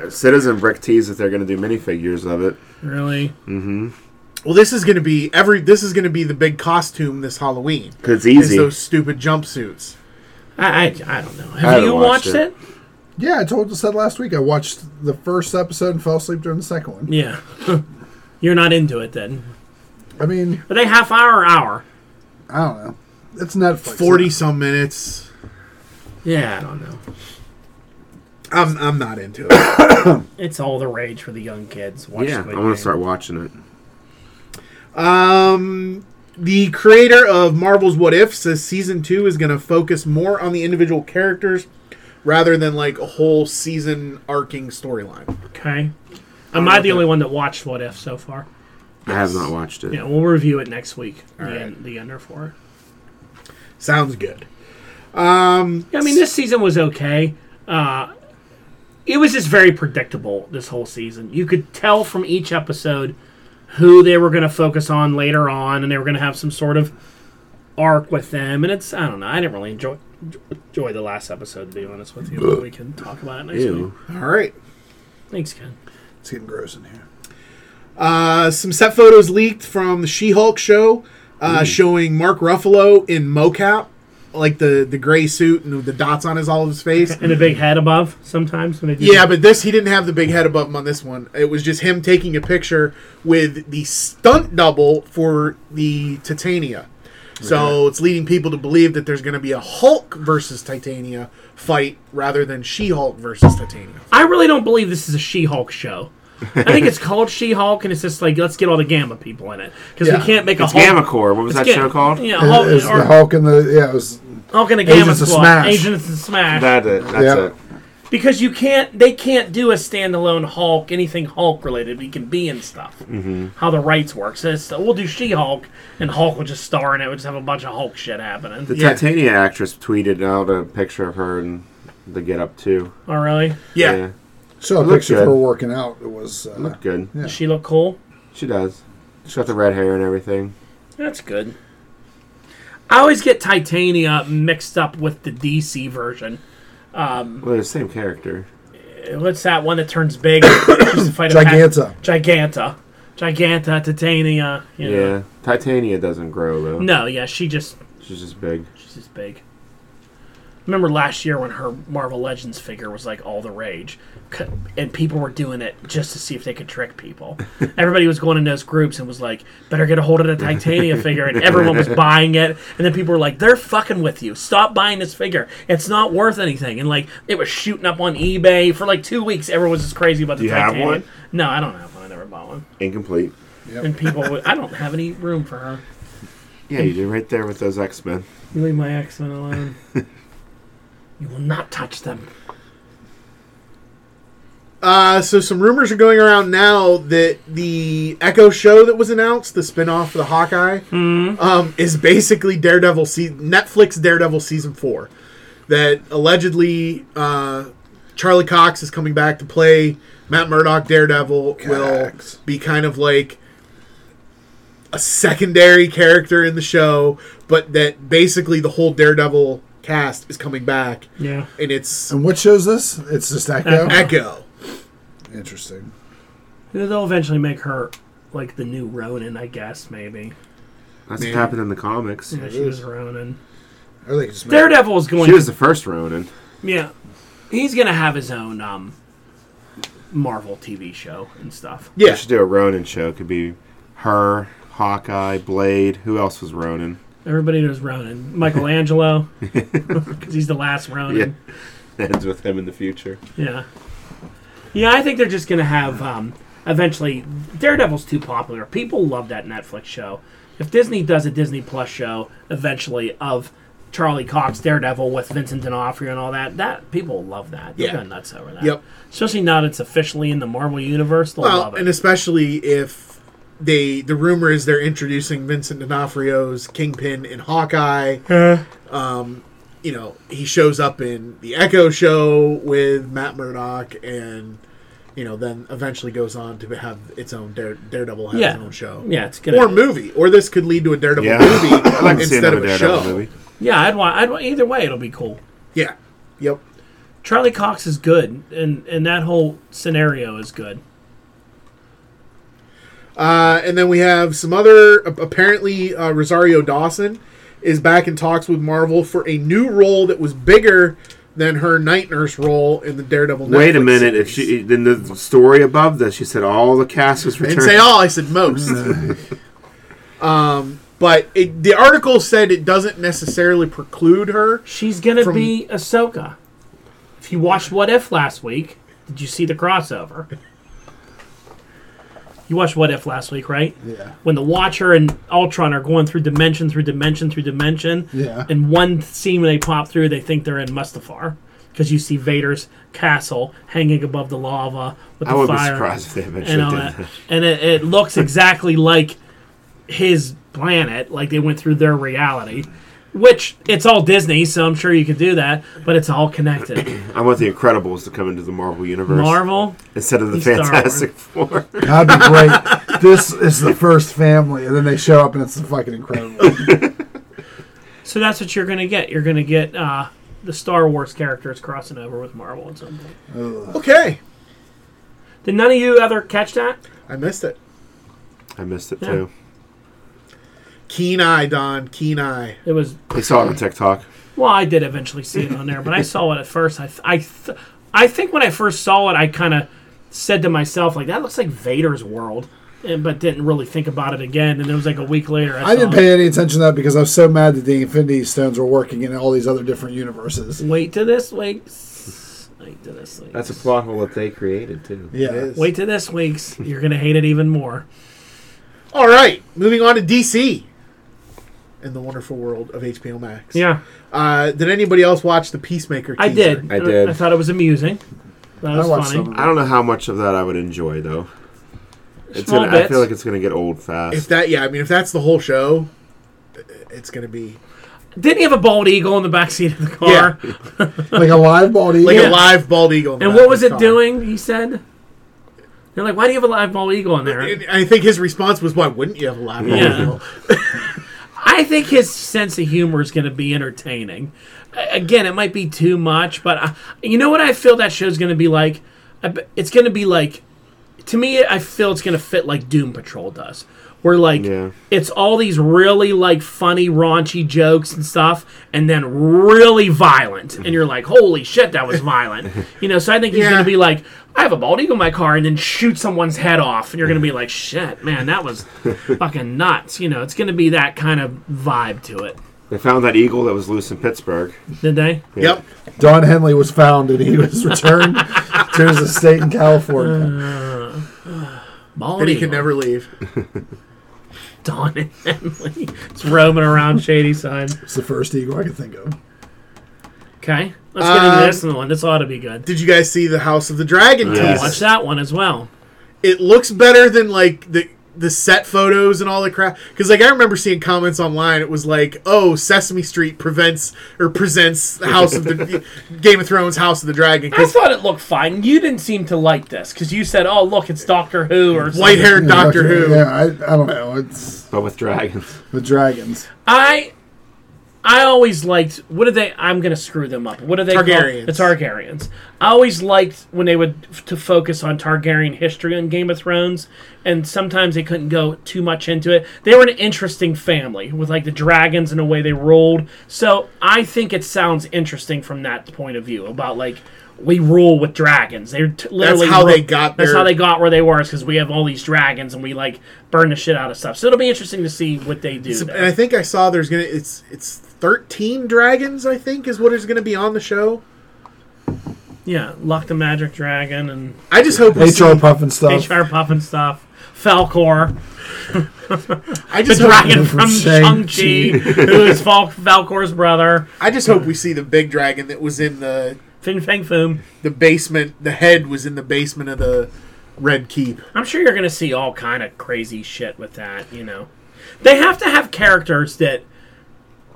Citizen Brick teased that they're going to do minifigures of it.
really,
Well, this is gonna be every. This is gonna be the big costume this Halloween.
'Cause it's
Is
easy.
those stupid jumpsuits.
I I, I don't know.
I
Have
haven't
you
watched
watched,
it.
it?
Yeah, I told said last week I watched the first episode and fell asleep during the second one.
Yeah, you're not into it then.
I mean,
Are they half hour or hour?
I don't know. It's Netflix.
Forty some minutes.
Yeah, I don't know.
I'm I'm not into it.
It's all the rage for the young kids. Watch
Yeah,
Squid
I want
Game.
to start watching it.
Um. The creator of Marvel's What If says season two is going to focus more on the individual characters rather than like a whole season arcing storyline.
Okay. Am I the only one that watched What If so far?
I have not watched it.
Yeah, we'll review it next week. the,
right.
end, the ender for it.
Sounds good.
Yeah, I mean, this season was okay. Uh, it was just very predictable this whole season. You could tell from each episode who they were going to focus on later on, and they were going to have some sort of arc with them. And it's I don't know. I didn't really enjoy enjoy the last episode to be honest with you. but we can talk about it next week.
Ew.
All right.
Thanks, Ken.
It's getting gross in here.
Uh, some set photos leaked from the She-Hulk show uh, showing Mark Ruffalo in mocap, like the the gray suit and the dots on his all of his face.
And a big head above sometimes when they do
Yeah, but this he didn't have the big head above him on this one. It was just him taking a picture with the stunt double for the Titania. So it's leading people to believe that there's going to be a Hulk versus Titania fight rather than She-Hulk versus Titania.
I really don't believe this is a She-Hulk show. I think it's called She-Hulk, and it's just like let's get all the Gamma people in it because
Yeah.
we can't make a
It's
Hulk.
Gamma Corps. What was that
Ga-
show called?
Yeah, Hulk,
It, it's
or
the Hulk and the yeah. It was
Hulk and a Gamma
Agents of
Squad.
Smash.
Agents of Smash.
That it. That's
Yeah.
it.
because you can't, they can't do a standalone Hulk, anything Hulk related. But he can be in stuff. Mm-hmm. How the rights work. So it's, we'll do She-Hulk, and Hulk will just star in it. We'll just have a bunch of Hulk shit happening.
The
Yeah.
Titania actress tweeted out a picture of her and the get up too.
oh, really?
Yeah.
saw a
looked
picture
good.
of her working out. It was uh,
Looked good.
Yeah.
Does she look cool?
She does. She's got the red hair and everything.
That's good. I always get Titania mixed up with the DC version.
Well, they're the same character.
What's that one that turns big? just to fight a pack-
Giganta.
Giganta. Giganta, Titania. You
Yeah.
know.
Titania doesn't grow though.
No, yeah, she just
She's just big.
she's just big. Remember last year when her Marvel Legends figure was like all the rage, C- and people were doing it just to see if they could trick people. Everybody was going in those groups and was like, "Better get a hold of the Titania figure," and everyone was buying it. And then people were like, "They're fucking with you. Stop buying this figure. It's not worth anything." And like it was shooting up on eBay for like two weeks. Everyone was just crazy about the
you have
Titania.
one?
No, I don't have one. I never bought one.
Incomplete.
And people, would, I don't have any room for her.
Yeah, you're right there with those X Men.
You leave my X Men alone. you will not touch them.
Uh, so some rumors are going around now that the Echo show that was announced, the spinoff of the Hawkeye, um, is basically Daredevil se- Netflix Daredevil season four. That allegedly uh, Charlie Cox is coming back to play Matt Murdock. Daredevil will
Cox.
be kind of like a secondary character in the show, but that basically the whole Daredevil cast is coming back,
Yeah.
and it's
And what shows this? It's just Echo.
Echo.
Interesting.
They'll eventually make her like the new Ronin, I guess, maybe.
That's
Man.
what happened in the comics.
Yeah, she was Ronin.
Or they could just make-
Daredevil is going
She was the first Ronin.
Yeah. He's gonna have his own um Marvel TV show and stuff.
They
Yeah,
should do a Ronin show. It could be her, Hawkeye, Blade. Who else was Ronin?
Everybody knows Ronin. Michelangelo, because he's the last Ronin.
Ends with him in the future.
Yeah. yeah. I think they're just gonna have um eventually Daredevil's too popular. People love that Netflix show. If Disney does a Disney Plus show eventually of Charlie Cox Daredevil with Vincent D'Onofrio and all that, that people love that. They're
Yeah.
going nuts over that.
Yep.
Especially now that it's officially in the Marvel universe. They'll
Well,
love it.
and especially if they the rumor is they're introducing Vincent D'Onofrio's Kingpin in Hawkeye. Um, You know, he shows up in the Echo show with Matt Murdock, and you know, then eventually goes on to have its own Dare, Daredevil has
yeah.
its own show.
Yeah, it's good.
Or movie, or this could lead to a Daredevil
Yeah.
movie
I'd like to see
instead
another
of a
Daredevil
show.
movie.
Yeah, I'd want. I'd want either way. It'll be cool.
Yeah, yep.
Charlie Cox is good, and and that whole scenario is good.
Uh, and then we have some other. Apparently, uh, Rosario Dawson is back in talks with Marvel for a new role that was bigger than her night nurse role in the Daredevil.
Wait a
Netflix
minute. If
series.
she then the story above this, she said all the cast was
I
returned.
didn't
"Oh,
say all, I said most. um, but it, the article said it doesn't necessarily preclude her.
She's gonna
From-
be Ahsoka. If you watched What If last week, did you see the crossover? You watched What If last week, right?
Yeah.
When the Watcher and Ultron are going through dimension through dimension through dimension,
Yeah.
and one scene when they pop through, they think they're in Mustafar because you see Vader's castle hanging above the lava with
I
the
wouldn't be
fire.
surprised if they eventually
and all
did
that.
that.
And it, it looks exactly like his planet, like they went through their reality. Which it's all Disney, so I'm sure you could do that, but it's all connected.
I want the Incredibles to come into the Marvel universe
Marvel,
instead of the
and Star Wars.
Fantastic Four.
That'd be great. this is the first family, and then they show up, and it's fucking incredible.
so that's what you're gonna get. You're gonna get uh, the Star Wars characters crossing over with Marvel at some point.
Okay,
Did none of you ever catch that?
I missed it.
I missed it
Yeah.
too.
Keen eye, Don. Keen eye.
It was
They saw it on TikTok.
Well, I did eventually see it on there, but I saw it at first. I, th- I, th- I think when I first saw it, I kind of said to myself, like, that looks like Vader's world, and, but didn't really think about it again. And it was like a week later. I,
I didn't
saw it.
pay any attention to that because I was so mad that the Infinity Stones were working in all these other different universes.
Wait to this week's. Wait to this week's.
plot hole that they created too.
It
Yeah.
is.
Wait to this week's. You're going to hate it even more.
All right, moving on to DC and the wonderful world of HBO Max.
Yeah,
Uh, did anybody else watch the Peacemaker?
I
teaser?
did.
I did.
I thought it was amusing. That was
I watched
funny.
some of
I
it.
don't know how much of that I would enjoy though. It's
Small
gonna, I
bits.
feel like it's gonna get old
If
fast.
that, yeah, I mean, if that's the whole show, it's gonna be
Didn't he have a bald eagle in the backseat of the car?
Like a live bald eagle.
like
Yeah.
a live bald eagle. in the
And
back
what
of
was
his
it
car.
doing? He said. They're like, why do you have a live bald eagle in there?
And I think his response was, "Why wouldn't you have a live bald
Yeah.
eagle?"
I think his sense of humor is going to be entertaining. A- Again, it might be too much, but I, you know what I feel that show's going to be like? I be- It's going to be like, to me, I feel it's going to fit like Doom Patrol does. Where like
Yeah.
it's all these really like funny, raunchy jokes and stuff, and then really violent, and you're like, "Holy shit, that was violent!" You know. So I think he's
Yeah.
going to be like, "I have a bald eagle in my car," and then shoot someone's head off, and you're going to be like, "Shit, man, that was fucking nuts." You know, it's going to be that kind of vibe to it.
They found that eagle that was loose in Pittsburgh.
Did they?
Yep.
Don Henley was found, and he was returned to his estate in California.
Bald
And he
eagle.
can never leave.
Don and Henley. It's roaming around Shady Side.
It's the first eagle I could think of.
Okay. Let's get into
Um,
this one. This ought to be good.
Did you guys see the House of the Dragon
Yes.
Watch
teaser?
that one as well.
It looks better than like the the set photos and all the crap. Because like I remember seeing comments online, it was like, "Oh, Sesame Street prevents or presents the House of the Game of Thrones House of the Dragon."
I
'cause
thought it looked fine. You didn't seem to like this because you said, "Oh, look, it's Doctor Who" or
white
something.
haired Doctor Who.
Yeah, I, I don't know. It's
But with dragons.
the dragons.
I I always liked what did they I'm gonna screw them up. What do they
Targaryens.
call the Targaryens? I always liked when they would f- to focus on Targaryen history on Game of Thrones, and sometimes they couldn't go too much into it. They were an interesting family with like the dragons and the way they ruled. So I think it sounds interesting from that point of view about like we rule with dragons. They're t- literally
how
ru-
they got
That's
their-
how they got where they were is because we have all these dragons and we like burn the shit out of stuff. So it'll be interesting to see what they do. there.
And I think I saw there's gonna it's it's thirteen dragons. I think is what is gonna be on the show.
Yeah, Luck the Magic Dragon and
I just hope we see,
HR Puff and stuff.
HR Puffin stuff. Falcor,
I
the
just hope,
dragon from
from
Shang-Chi, who is Fal- Falcor's brother,
I just hope we see the big dragon that was in the
Fin Fang Foom.
the basement. The head was in the basement of the Red Keep.
I'm sure you're going to see all kind of crazy shit with that, you know. They have to have characters that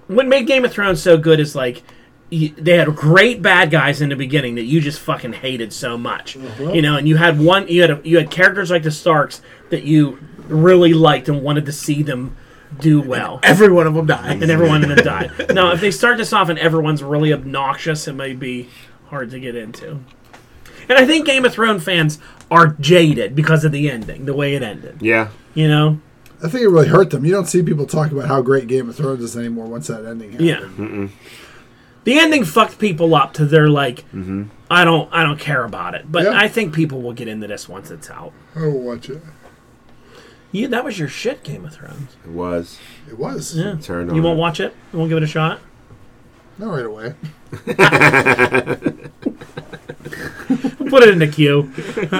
what made Game of Thrones so good is like y they had great bad guys in the beginning that you just fucking hated so much, you know. And you had one, you had a, you had characters like the Starks that you really liked and wanted to see them do well.
Every one of them died.
and everyone in it died. Now, if they start this off and everyone's really obnoxious, it may be hard to get into. And I think Game of Thrones fans are jaded because of the ending, the way it ended.
Yeah.
You know?
I think it really hurt them. You don't see people talk about how great Game of Thrones is anymore once that ending happened.
Yeah. The ending fucked people up to their like, I don't, I don't care about it. But
Mm-hmm. Yeah.
I think people will get into this once it's out.
I will watch it.
You, that was your shit, Game of Thrones.
It was.
It was.
Yeah.
Turned on.
You won't
it.
watch it. You won't give it a shot.
Not right away.
We'll put it in the queue.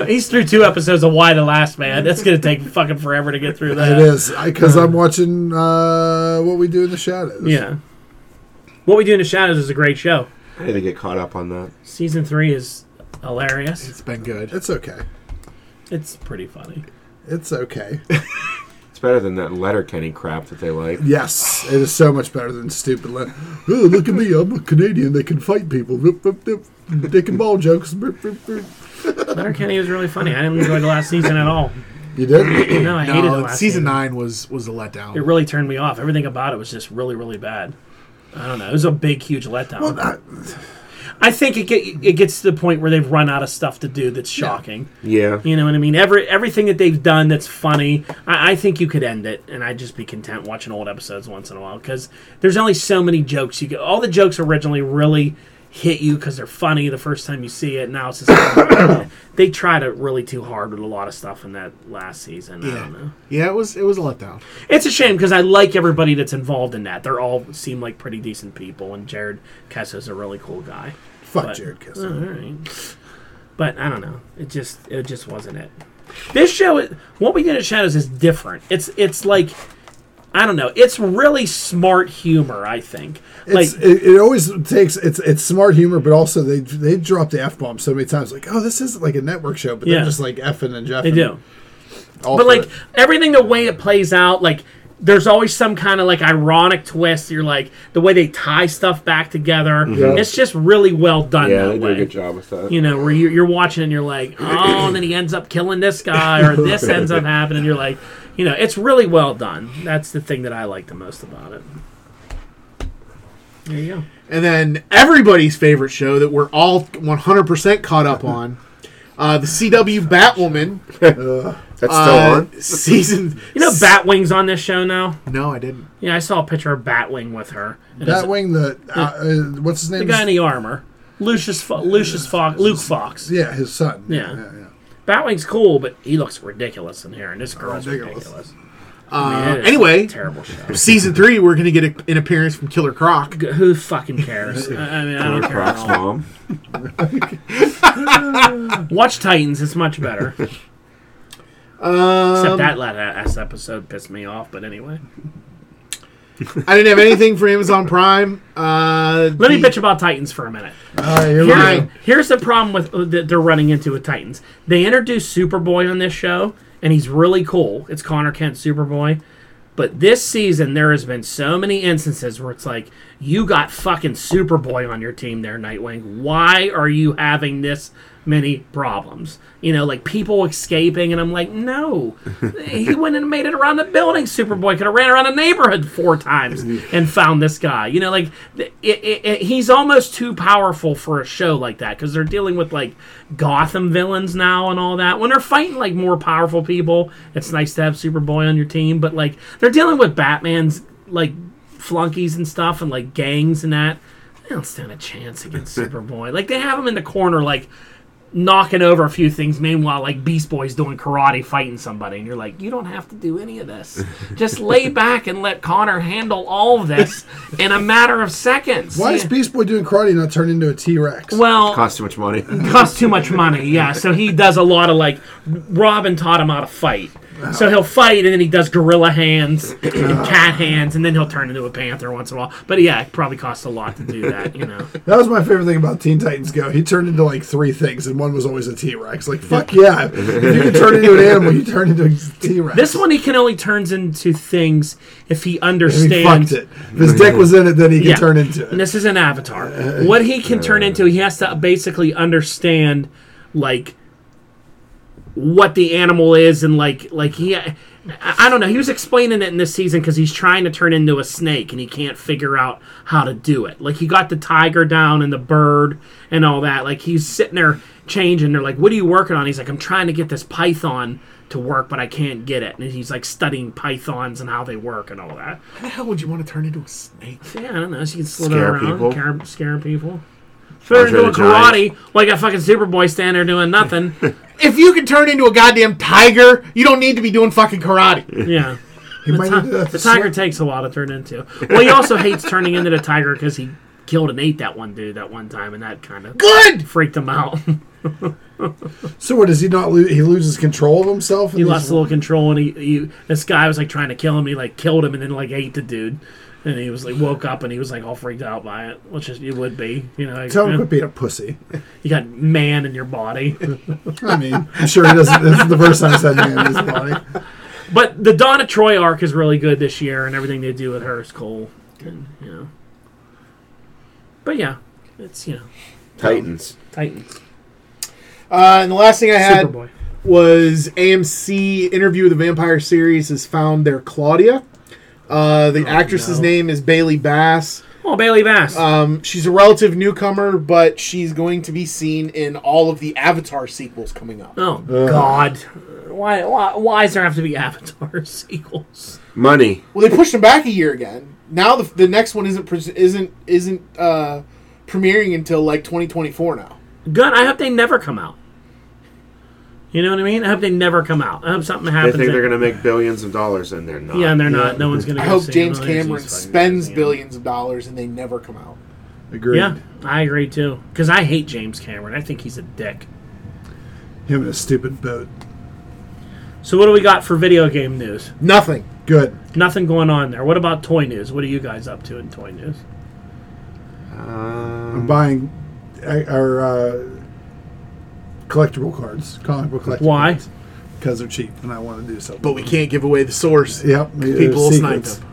he's through two episodes of Why the Last Man. That's gonna take fucking forever to get through that.
It is because I'm watching uh, what we do in the shadows.
Yeah. What We Do in the Shadows is a great show.
I need to get caught up on that.
Season three is hilarious.
It's been good.
it's okay.
It's pretty funny.
It's okay.
It's better than that letter Kenny crap that they like.
Yes, it is so much better than stupid. Like, oh, look at me, I'm a Canadian. They can fight people. Rip, rip, rip. Dick and ball jokes. Rip, rip, rip.
Letterkenny was really funny. I didn't enjoy the last season at all.
You did?
No, I hated the
No,
last
season
season.
nine was was a
It
letdown.
really turned me off. Everything about it was just really, really bad. I don't know. It was a big, huge letdown.
Well, I,
I think it get, it gets to the point where they've run out of stuff to do that's shocking.
Yeah.
You know what I mean? Every everything that they've done that's funny, I, I think you could end it, and I'd just be content watching old episodes once in a while because there's only so many jokes you get. All the jokes originally really hit you because they're funny the first time you see it. Now it's just they tried it really too hard with a lot of stuff in that last season. I
Yeah.
don't know.
Yeah, it was it was a letdown.
It's a shame because I like everybody that's involved in that. They're all seem like pretty decent people, and Jared Kesso's a really cool guy.
fuck
But-
Jared Kessler.
All right. But I don't know. It just it just wasn't it. This show, it- what we did at Shadows is different. It's it's like I don't know. It's really smart humor. I think like
It's, it, it always takes it's it's smart humor, but also they they drop the f bomb so many times. Like, oh, this isn't like a network show, but
Yeah.
they're just like effing and jeffing.
they do.
all
But
through
like
it.
everything, the way it plays out, like there's always some kind of like ironic twist. You're like the way they tie stuff back together. It's just really well done.
Mm-hmm. Yeah,
that
they did
way.
a good job with that.
you know, where you're, you're watching and you're like, oh, and then he ends up killing this guy, or this ends up happening. You're like, you know, it's really well done. That's the thing that I like the most about it. There you go.
And then everybody's favorite show that we're all 100% caught up on, uh, the CW Batwoman
That's still
uh,
on.
season.
You know, Batwing's on this show now.
No, I didn't.
Yeah, I saw a picture of Batwing with her. And it's
Batwing, the uh, uh, what's his name?
the guy in the armor, Lucius, Fo- Lucius Fox, Luke Fox.
yeah, his son.
Yeah.
yeah, yeah.
Batwing's cool, but he looks ridiculous in here, and this girl's ridiculous.
Ridiculous. Uh,
I mean, it is
anyway.
a terrible show.
Season three, we're going to get a, an appearance from Killer Croc.
Who fucking cares? I I mean, I don't care at
Croc's
all.
mom.
Watch Titans; it's much better.
Um,
Except that last episode pissed me off, but anyway.
I didn't have anything for Amazon Prime. Uh,
Let me
the-
bitch about Titans for a minute.
All right, here
Here's,
we go.
Right.
here's the problem with uh, that they're running into with Titans. They introduced Superboy on this show, and he's really cool. It's Connor Kent, Superboy. But this season, there has been so many instances where it's like, you got fucking Superboy on your team there, Nightwing. Why are you having this many problems? You know, like people escaping, and I'm like, no. he went and made it around the building. Superboy could have ran around the neighborhood four times and found this guy. You know, like, th- it, it, it, he's almost too powerful for a show like that because they're dealing with, like, Gotham villains now and all that. When they're fighting, like, more powerful people, it's nice to have Superboy on your team, but, like, they're dealing with Batman's, like, flunkies and stuff and like gangs and that. They don't stand a chance against Superboy. Like they have him in the corner, like knocking over a few things. Meanwhile, like Beast Boy's doing karate, fighting somebody, and you're like, you don't have to do any of this. Just lay back and let Connor handle all of this in a matter of seconds.
Why is
Yeah.
Beast Boy doing karate and not turned into a T Rex?
well,
Cost too much money.
costs too much money. Yeah, so he does a lot of like. Robin taught him how to fight, so he'll fight and then he does gorilla hands and cat hands, and then he'll turn into a panther once in a while. But yeah, it probably costs a lot to do that. You know,
That was my favorite thing about Teen Titans Go. He turned into like three things, and one was always a T Rex. Like, fuck yeah. If you can turn into an animal, you turn into a T Rex.
this one he can only turns into things if he
If he
understands.
fucked it. If his dick was in it, then he can
Yeah.
turn into
And
it.
this is an avatar. What he can turn into, he has to basically understand, like, what the animal is, and like, like he, I, I don't know. He was explaining it in this season because he's trying to turn into a snake and he can't figure out how to do it. Like he got the tiger down and the bird and all that. Like he's sitting there changing. They're like, "What are you working on?" He's like, "I'm trying to get this python." To work, but I can't get it. And he's like studying pythons and how they work and all that.
How the hell would you want to turn into a snake?
Yeah, I don't know. She can slither
Scare
around,
people.
Scare, scare people. Turn
Andre
into a
the Giant.
karate like a fucking Superboy standing there doing nothing.
If you can turn into a goddamn tiger, you don't need to be doing fucking karate.
yeah.
He might need to-
The tiger takes a while to turn into. Well, he also hates turning into the tiger because he killed and ate that one dude that one time, and that kind of
Good.
freaked him out.
So what does he not lose? He loses control of himself.
he lost a little control, and he, he this guy was like trying to kill him. He like killed him, and then like ate the dude. And he was like woke up, and he was like all freaked out by it, which is, it would be, you know. Like,
Tell him
you,
quit being a pussy.
you got man in your body.
I mean, I'm sure he doesn't. This is the first time he's had man in his body.
But the Donna Troy arc is really good this year, and everything they do with her is cool. And, you know. But yeah, it's you know
Titans.
Titans,
Uh, and the last thing I had
Superboy.
was AMC Interview with the Vampire series has found their Claudia. Uh, the actress's
Oh, no.
name is Bailey Bass.
Oh, Bailey Bass.
Um, she's a relative newcomer, but she's going to be seen in all of the Avatar sequels coming up.
oh God, why, why why does there have to be Avatar sequels?
Money.
Well, they pushed them back a year again. Now the, the next one isn't pres- isn't isn't uh, premiering until like 2024 now.
Good. I hope they never come out. You know what I mean? I hope they never come out. I hope something
They
happens.
think they're
that-
gonna make billions of dollars, and they're not.
yeah, and they're not. No one's gonna.
I
go
hope
see
James
them. Oh, these
Cameron
fucking guys,
spends
yeah.
billions of dollars and they never come out.
Agreed.
Yeah, I agree too. Because I hate James Cameron. I think he's a dick.
Him and his stupid boat.
So what do we got for video game news?
Nothing.
Good.
Nothing going on there. What about toy news? What are you guys up to in toy news?
Um,
I'm buying uh, our uh, collectible cards, comic book collectible.
Why?
Because they're cheap, and I want to do something.
But we can't give away the source.
Yep. uh,
People will snipe
secrets.
them.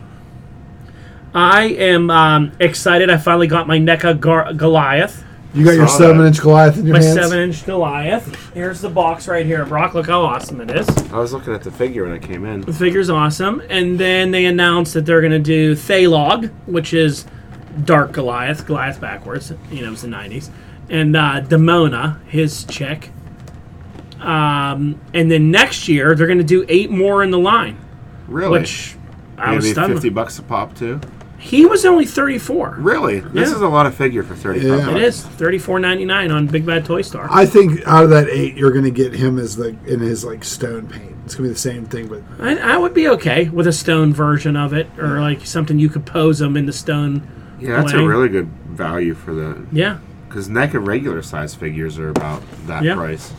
I am um, excited. I finally got my NECA Gar- Goliath,
You got your
Saw that.
seven-inch Goliath in your
my
hands.
seven-inch Goliath. Here's the box right here, Brock. Look how awesome it is.
I was looking at the figure when I came in.
The figure's awesome. And then they announced that they're going to do Thalog, which is Dark Goliath, Goliath backwards. You know, it was the 90s. And uh, Demona, his chick. Um, and then next year, they're going to do eight more in the line,
Really?
which I was
Maybe
stunned.
fifty bucks a pop too.
He was only 34.
Really? This
Yeah.
is a lot of figure for thirty five.
Yeah.
It is 34.99 on Big Bad Toy Star. I,
I think out of that eight, you're going to get him as the in his like stone paint. It's going to be the same thing, but
I, would be okay with a stone version of it or like something you could pose him in the stone.
Yeah, that's
Way.
a really good value for that.
Yeah.
Because NECA regular size figures are about that
Yeah.
price.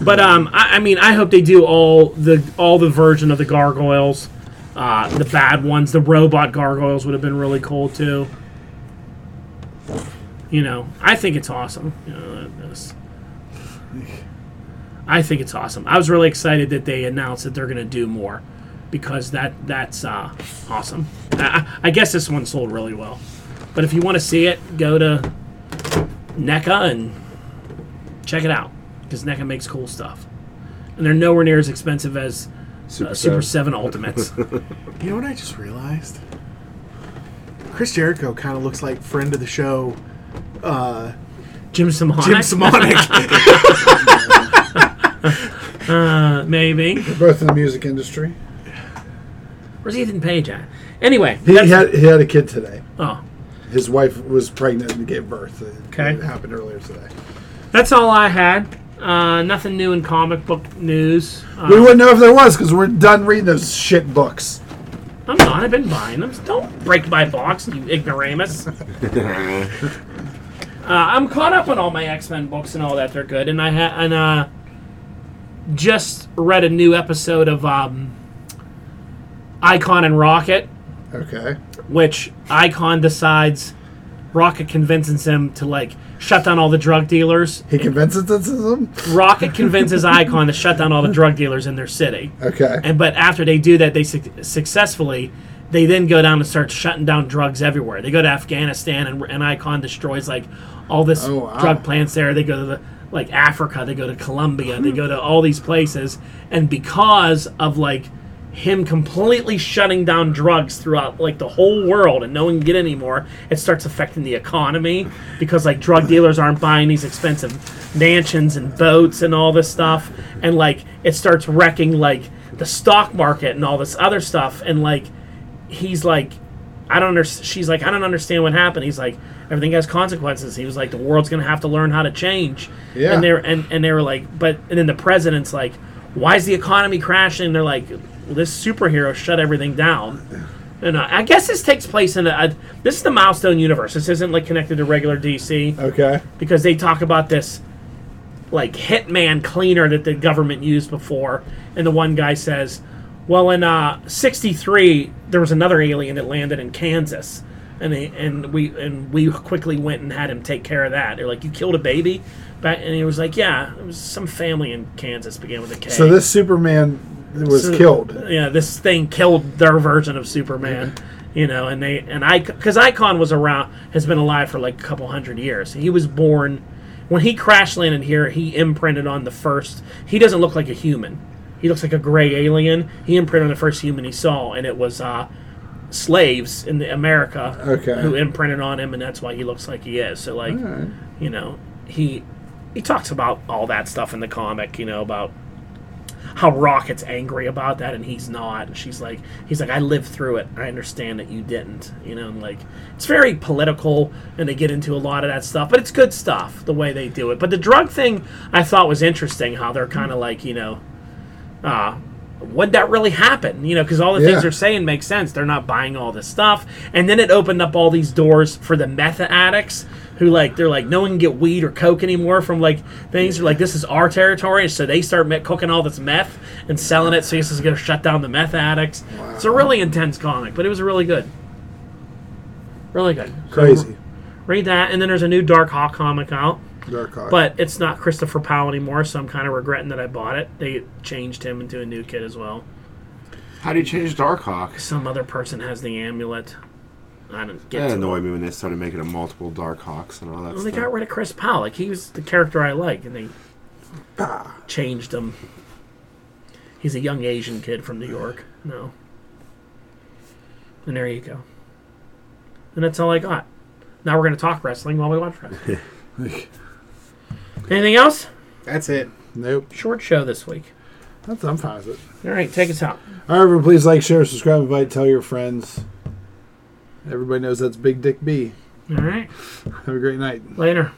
But um I, I mean I hope they do all the all the version of the gargoyles Uh, the bad ones, the robot gargoyles would have been really cool too. You know, I think it's awesome. You know, that's- I think it's awesome. I was really excited that they announced that they're going to do more because that that's uh, awesome. I, I I guess this one sold really well, but if you want to see it, go to NECA and check it out because NECA makes cool stuff, and they're nowhere near as expensive as
Super,
uh, Super
Seven.
Seven Ultimates.
You know what I just realized? Chris Jericho kind of looks like friend of the show, uh,
Jim Simonic.
Jim Simonic.
Uh, maybe.
They're both in the music industry.
Where's Ethan Page at? Anyway.
He
that's-
had he had a kid today.
oh,
His wife was pregnant and gave birth. It,
Okay.
it happened earlier today.
that's all I had. Uh, nothing new in comic book news. Uh,
We wouldn't know if there was because we're done reading those shit books.
I'm not. I've been buying them. Don't break my box, you ignoramus. uh, I'm caught up on all my X Men books and all that. They're good. And I ha- and uh, just read a new episode of um, Icon and Rocket.
Okay.
which Icon decides Rocket convinces him to like shut down all the drug dealers.
He convinces us of them?
Rocket convinces Icon to shut down all the drug dealers in their city.
Okay.
And but after they do that, they suc successfully they then go down and start shutting down drugs everywhere. They go to Afghanistan and, and Icon destroys like all this
Oh, wow.
drug plants there. They go to the like Africa. They go to Colombia. they go to all these places. And because of like him completely shutting down drugs throughout like the whole world and no one can get any more, it starts affecting the economy because like drug dealers aren't buying these expensive mansions and boats and all this stuff. And like it starts wrecking like the stock market and all this other stuff. And like he's like, I don't understand. She's like, I don't understand what happened. He's like, everything has consequences. He was like, the world's gonna have to learn how to change.
Yeah.
And they're and, and they were like, but and then the president's like, why is the economy crashing? they're like, well, this superhero shut everything down. And uh, I guess this takes place in a, a this is the milestone universe. This isn't like connected to regular DC
Okay.
because they talk about this like hitman cleaner that the government used before and the one guy says well in uh, 63 there was another alien that landed in kansas and they, and we and we quickly went and had him take care of that they're like you killed a baby Back, and he was like yeah it was some family in kansas began with a k
So this Superman was
so-
killed.
Yeah, this thing killed their version of Superman. You know, and they and I because Icon was around has been alive for like a couple hundred years. He was born when he crash landed here. He imprinted on the first. He doesn't look like a human. He looks like a gray alien. He imprinted on the first human he saw, and it was uh, slaves in the America
Okay.
who imprinted on him, and that's why he looks like he is. So like, you know, he he talks about all that stuff in the comic. You know about how Rocket's angry about that and he's not. And she's like, he's like, I lived through it. I understand that you didn't. You know, and like, it's very political and they get into a lot of that stuff, but it's good stuff the way they do it. But the drug thing I thought was interesting how they're kind of like, you know, uh, would that really happen? You know, because all the
Yeah.
things they're saying make sense. They're not buying all this stuff. And then it opened up all these doors for the meth addicts who, like, they're like, no one can get weed or coke anymore from, like, things. They're like, this is our territory. So they start me- cooking all this meth and selling it. So this is going to shut down the meth addicts. It's a really intense comic, but it was really good. Really good. So
Crazy.
read that. And then there's a new Dark Hawk comic out
Dark Hawk.
but it's not Christopher Powell anymore, so I'm kind of regretting that I bought it. They changed him into a new kid as well.
How do you change Darkhawk?
Some other person has the amulet. I don't get
That
to it.
annoyed me when they started making a multiple Darkhawks and all that
Well, they
stuff.
got rid of Chris Powell. Like he was the character I like, and they changed him. He's a young Asian kid from New York. No. And there you go. And that's all I got. Now we're gonna talk wrestling while we watch wrestling. Anything else?
That's it.
nope.
Short show this week.
That's I'm fine with it.
All right, take us out.
All right, everyone, please like, share, subscribe, invite, tell your friends. Everybody knows that's Big Dick B.
All right,
Have a great night.
later.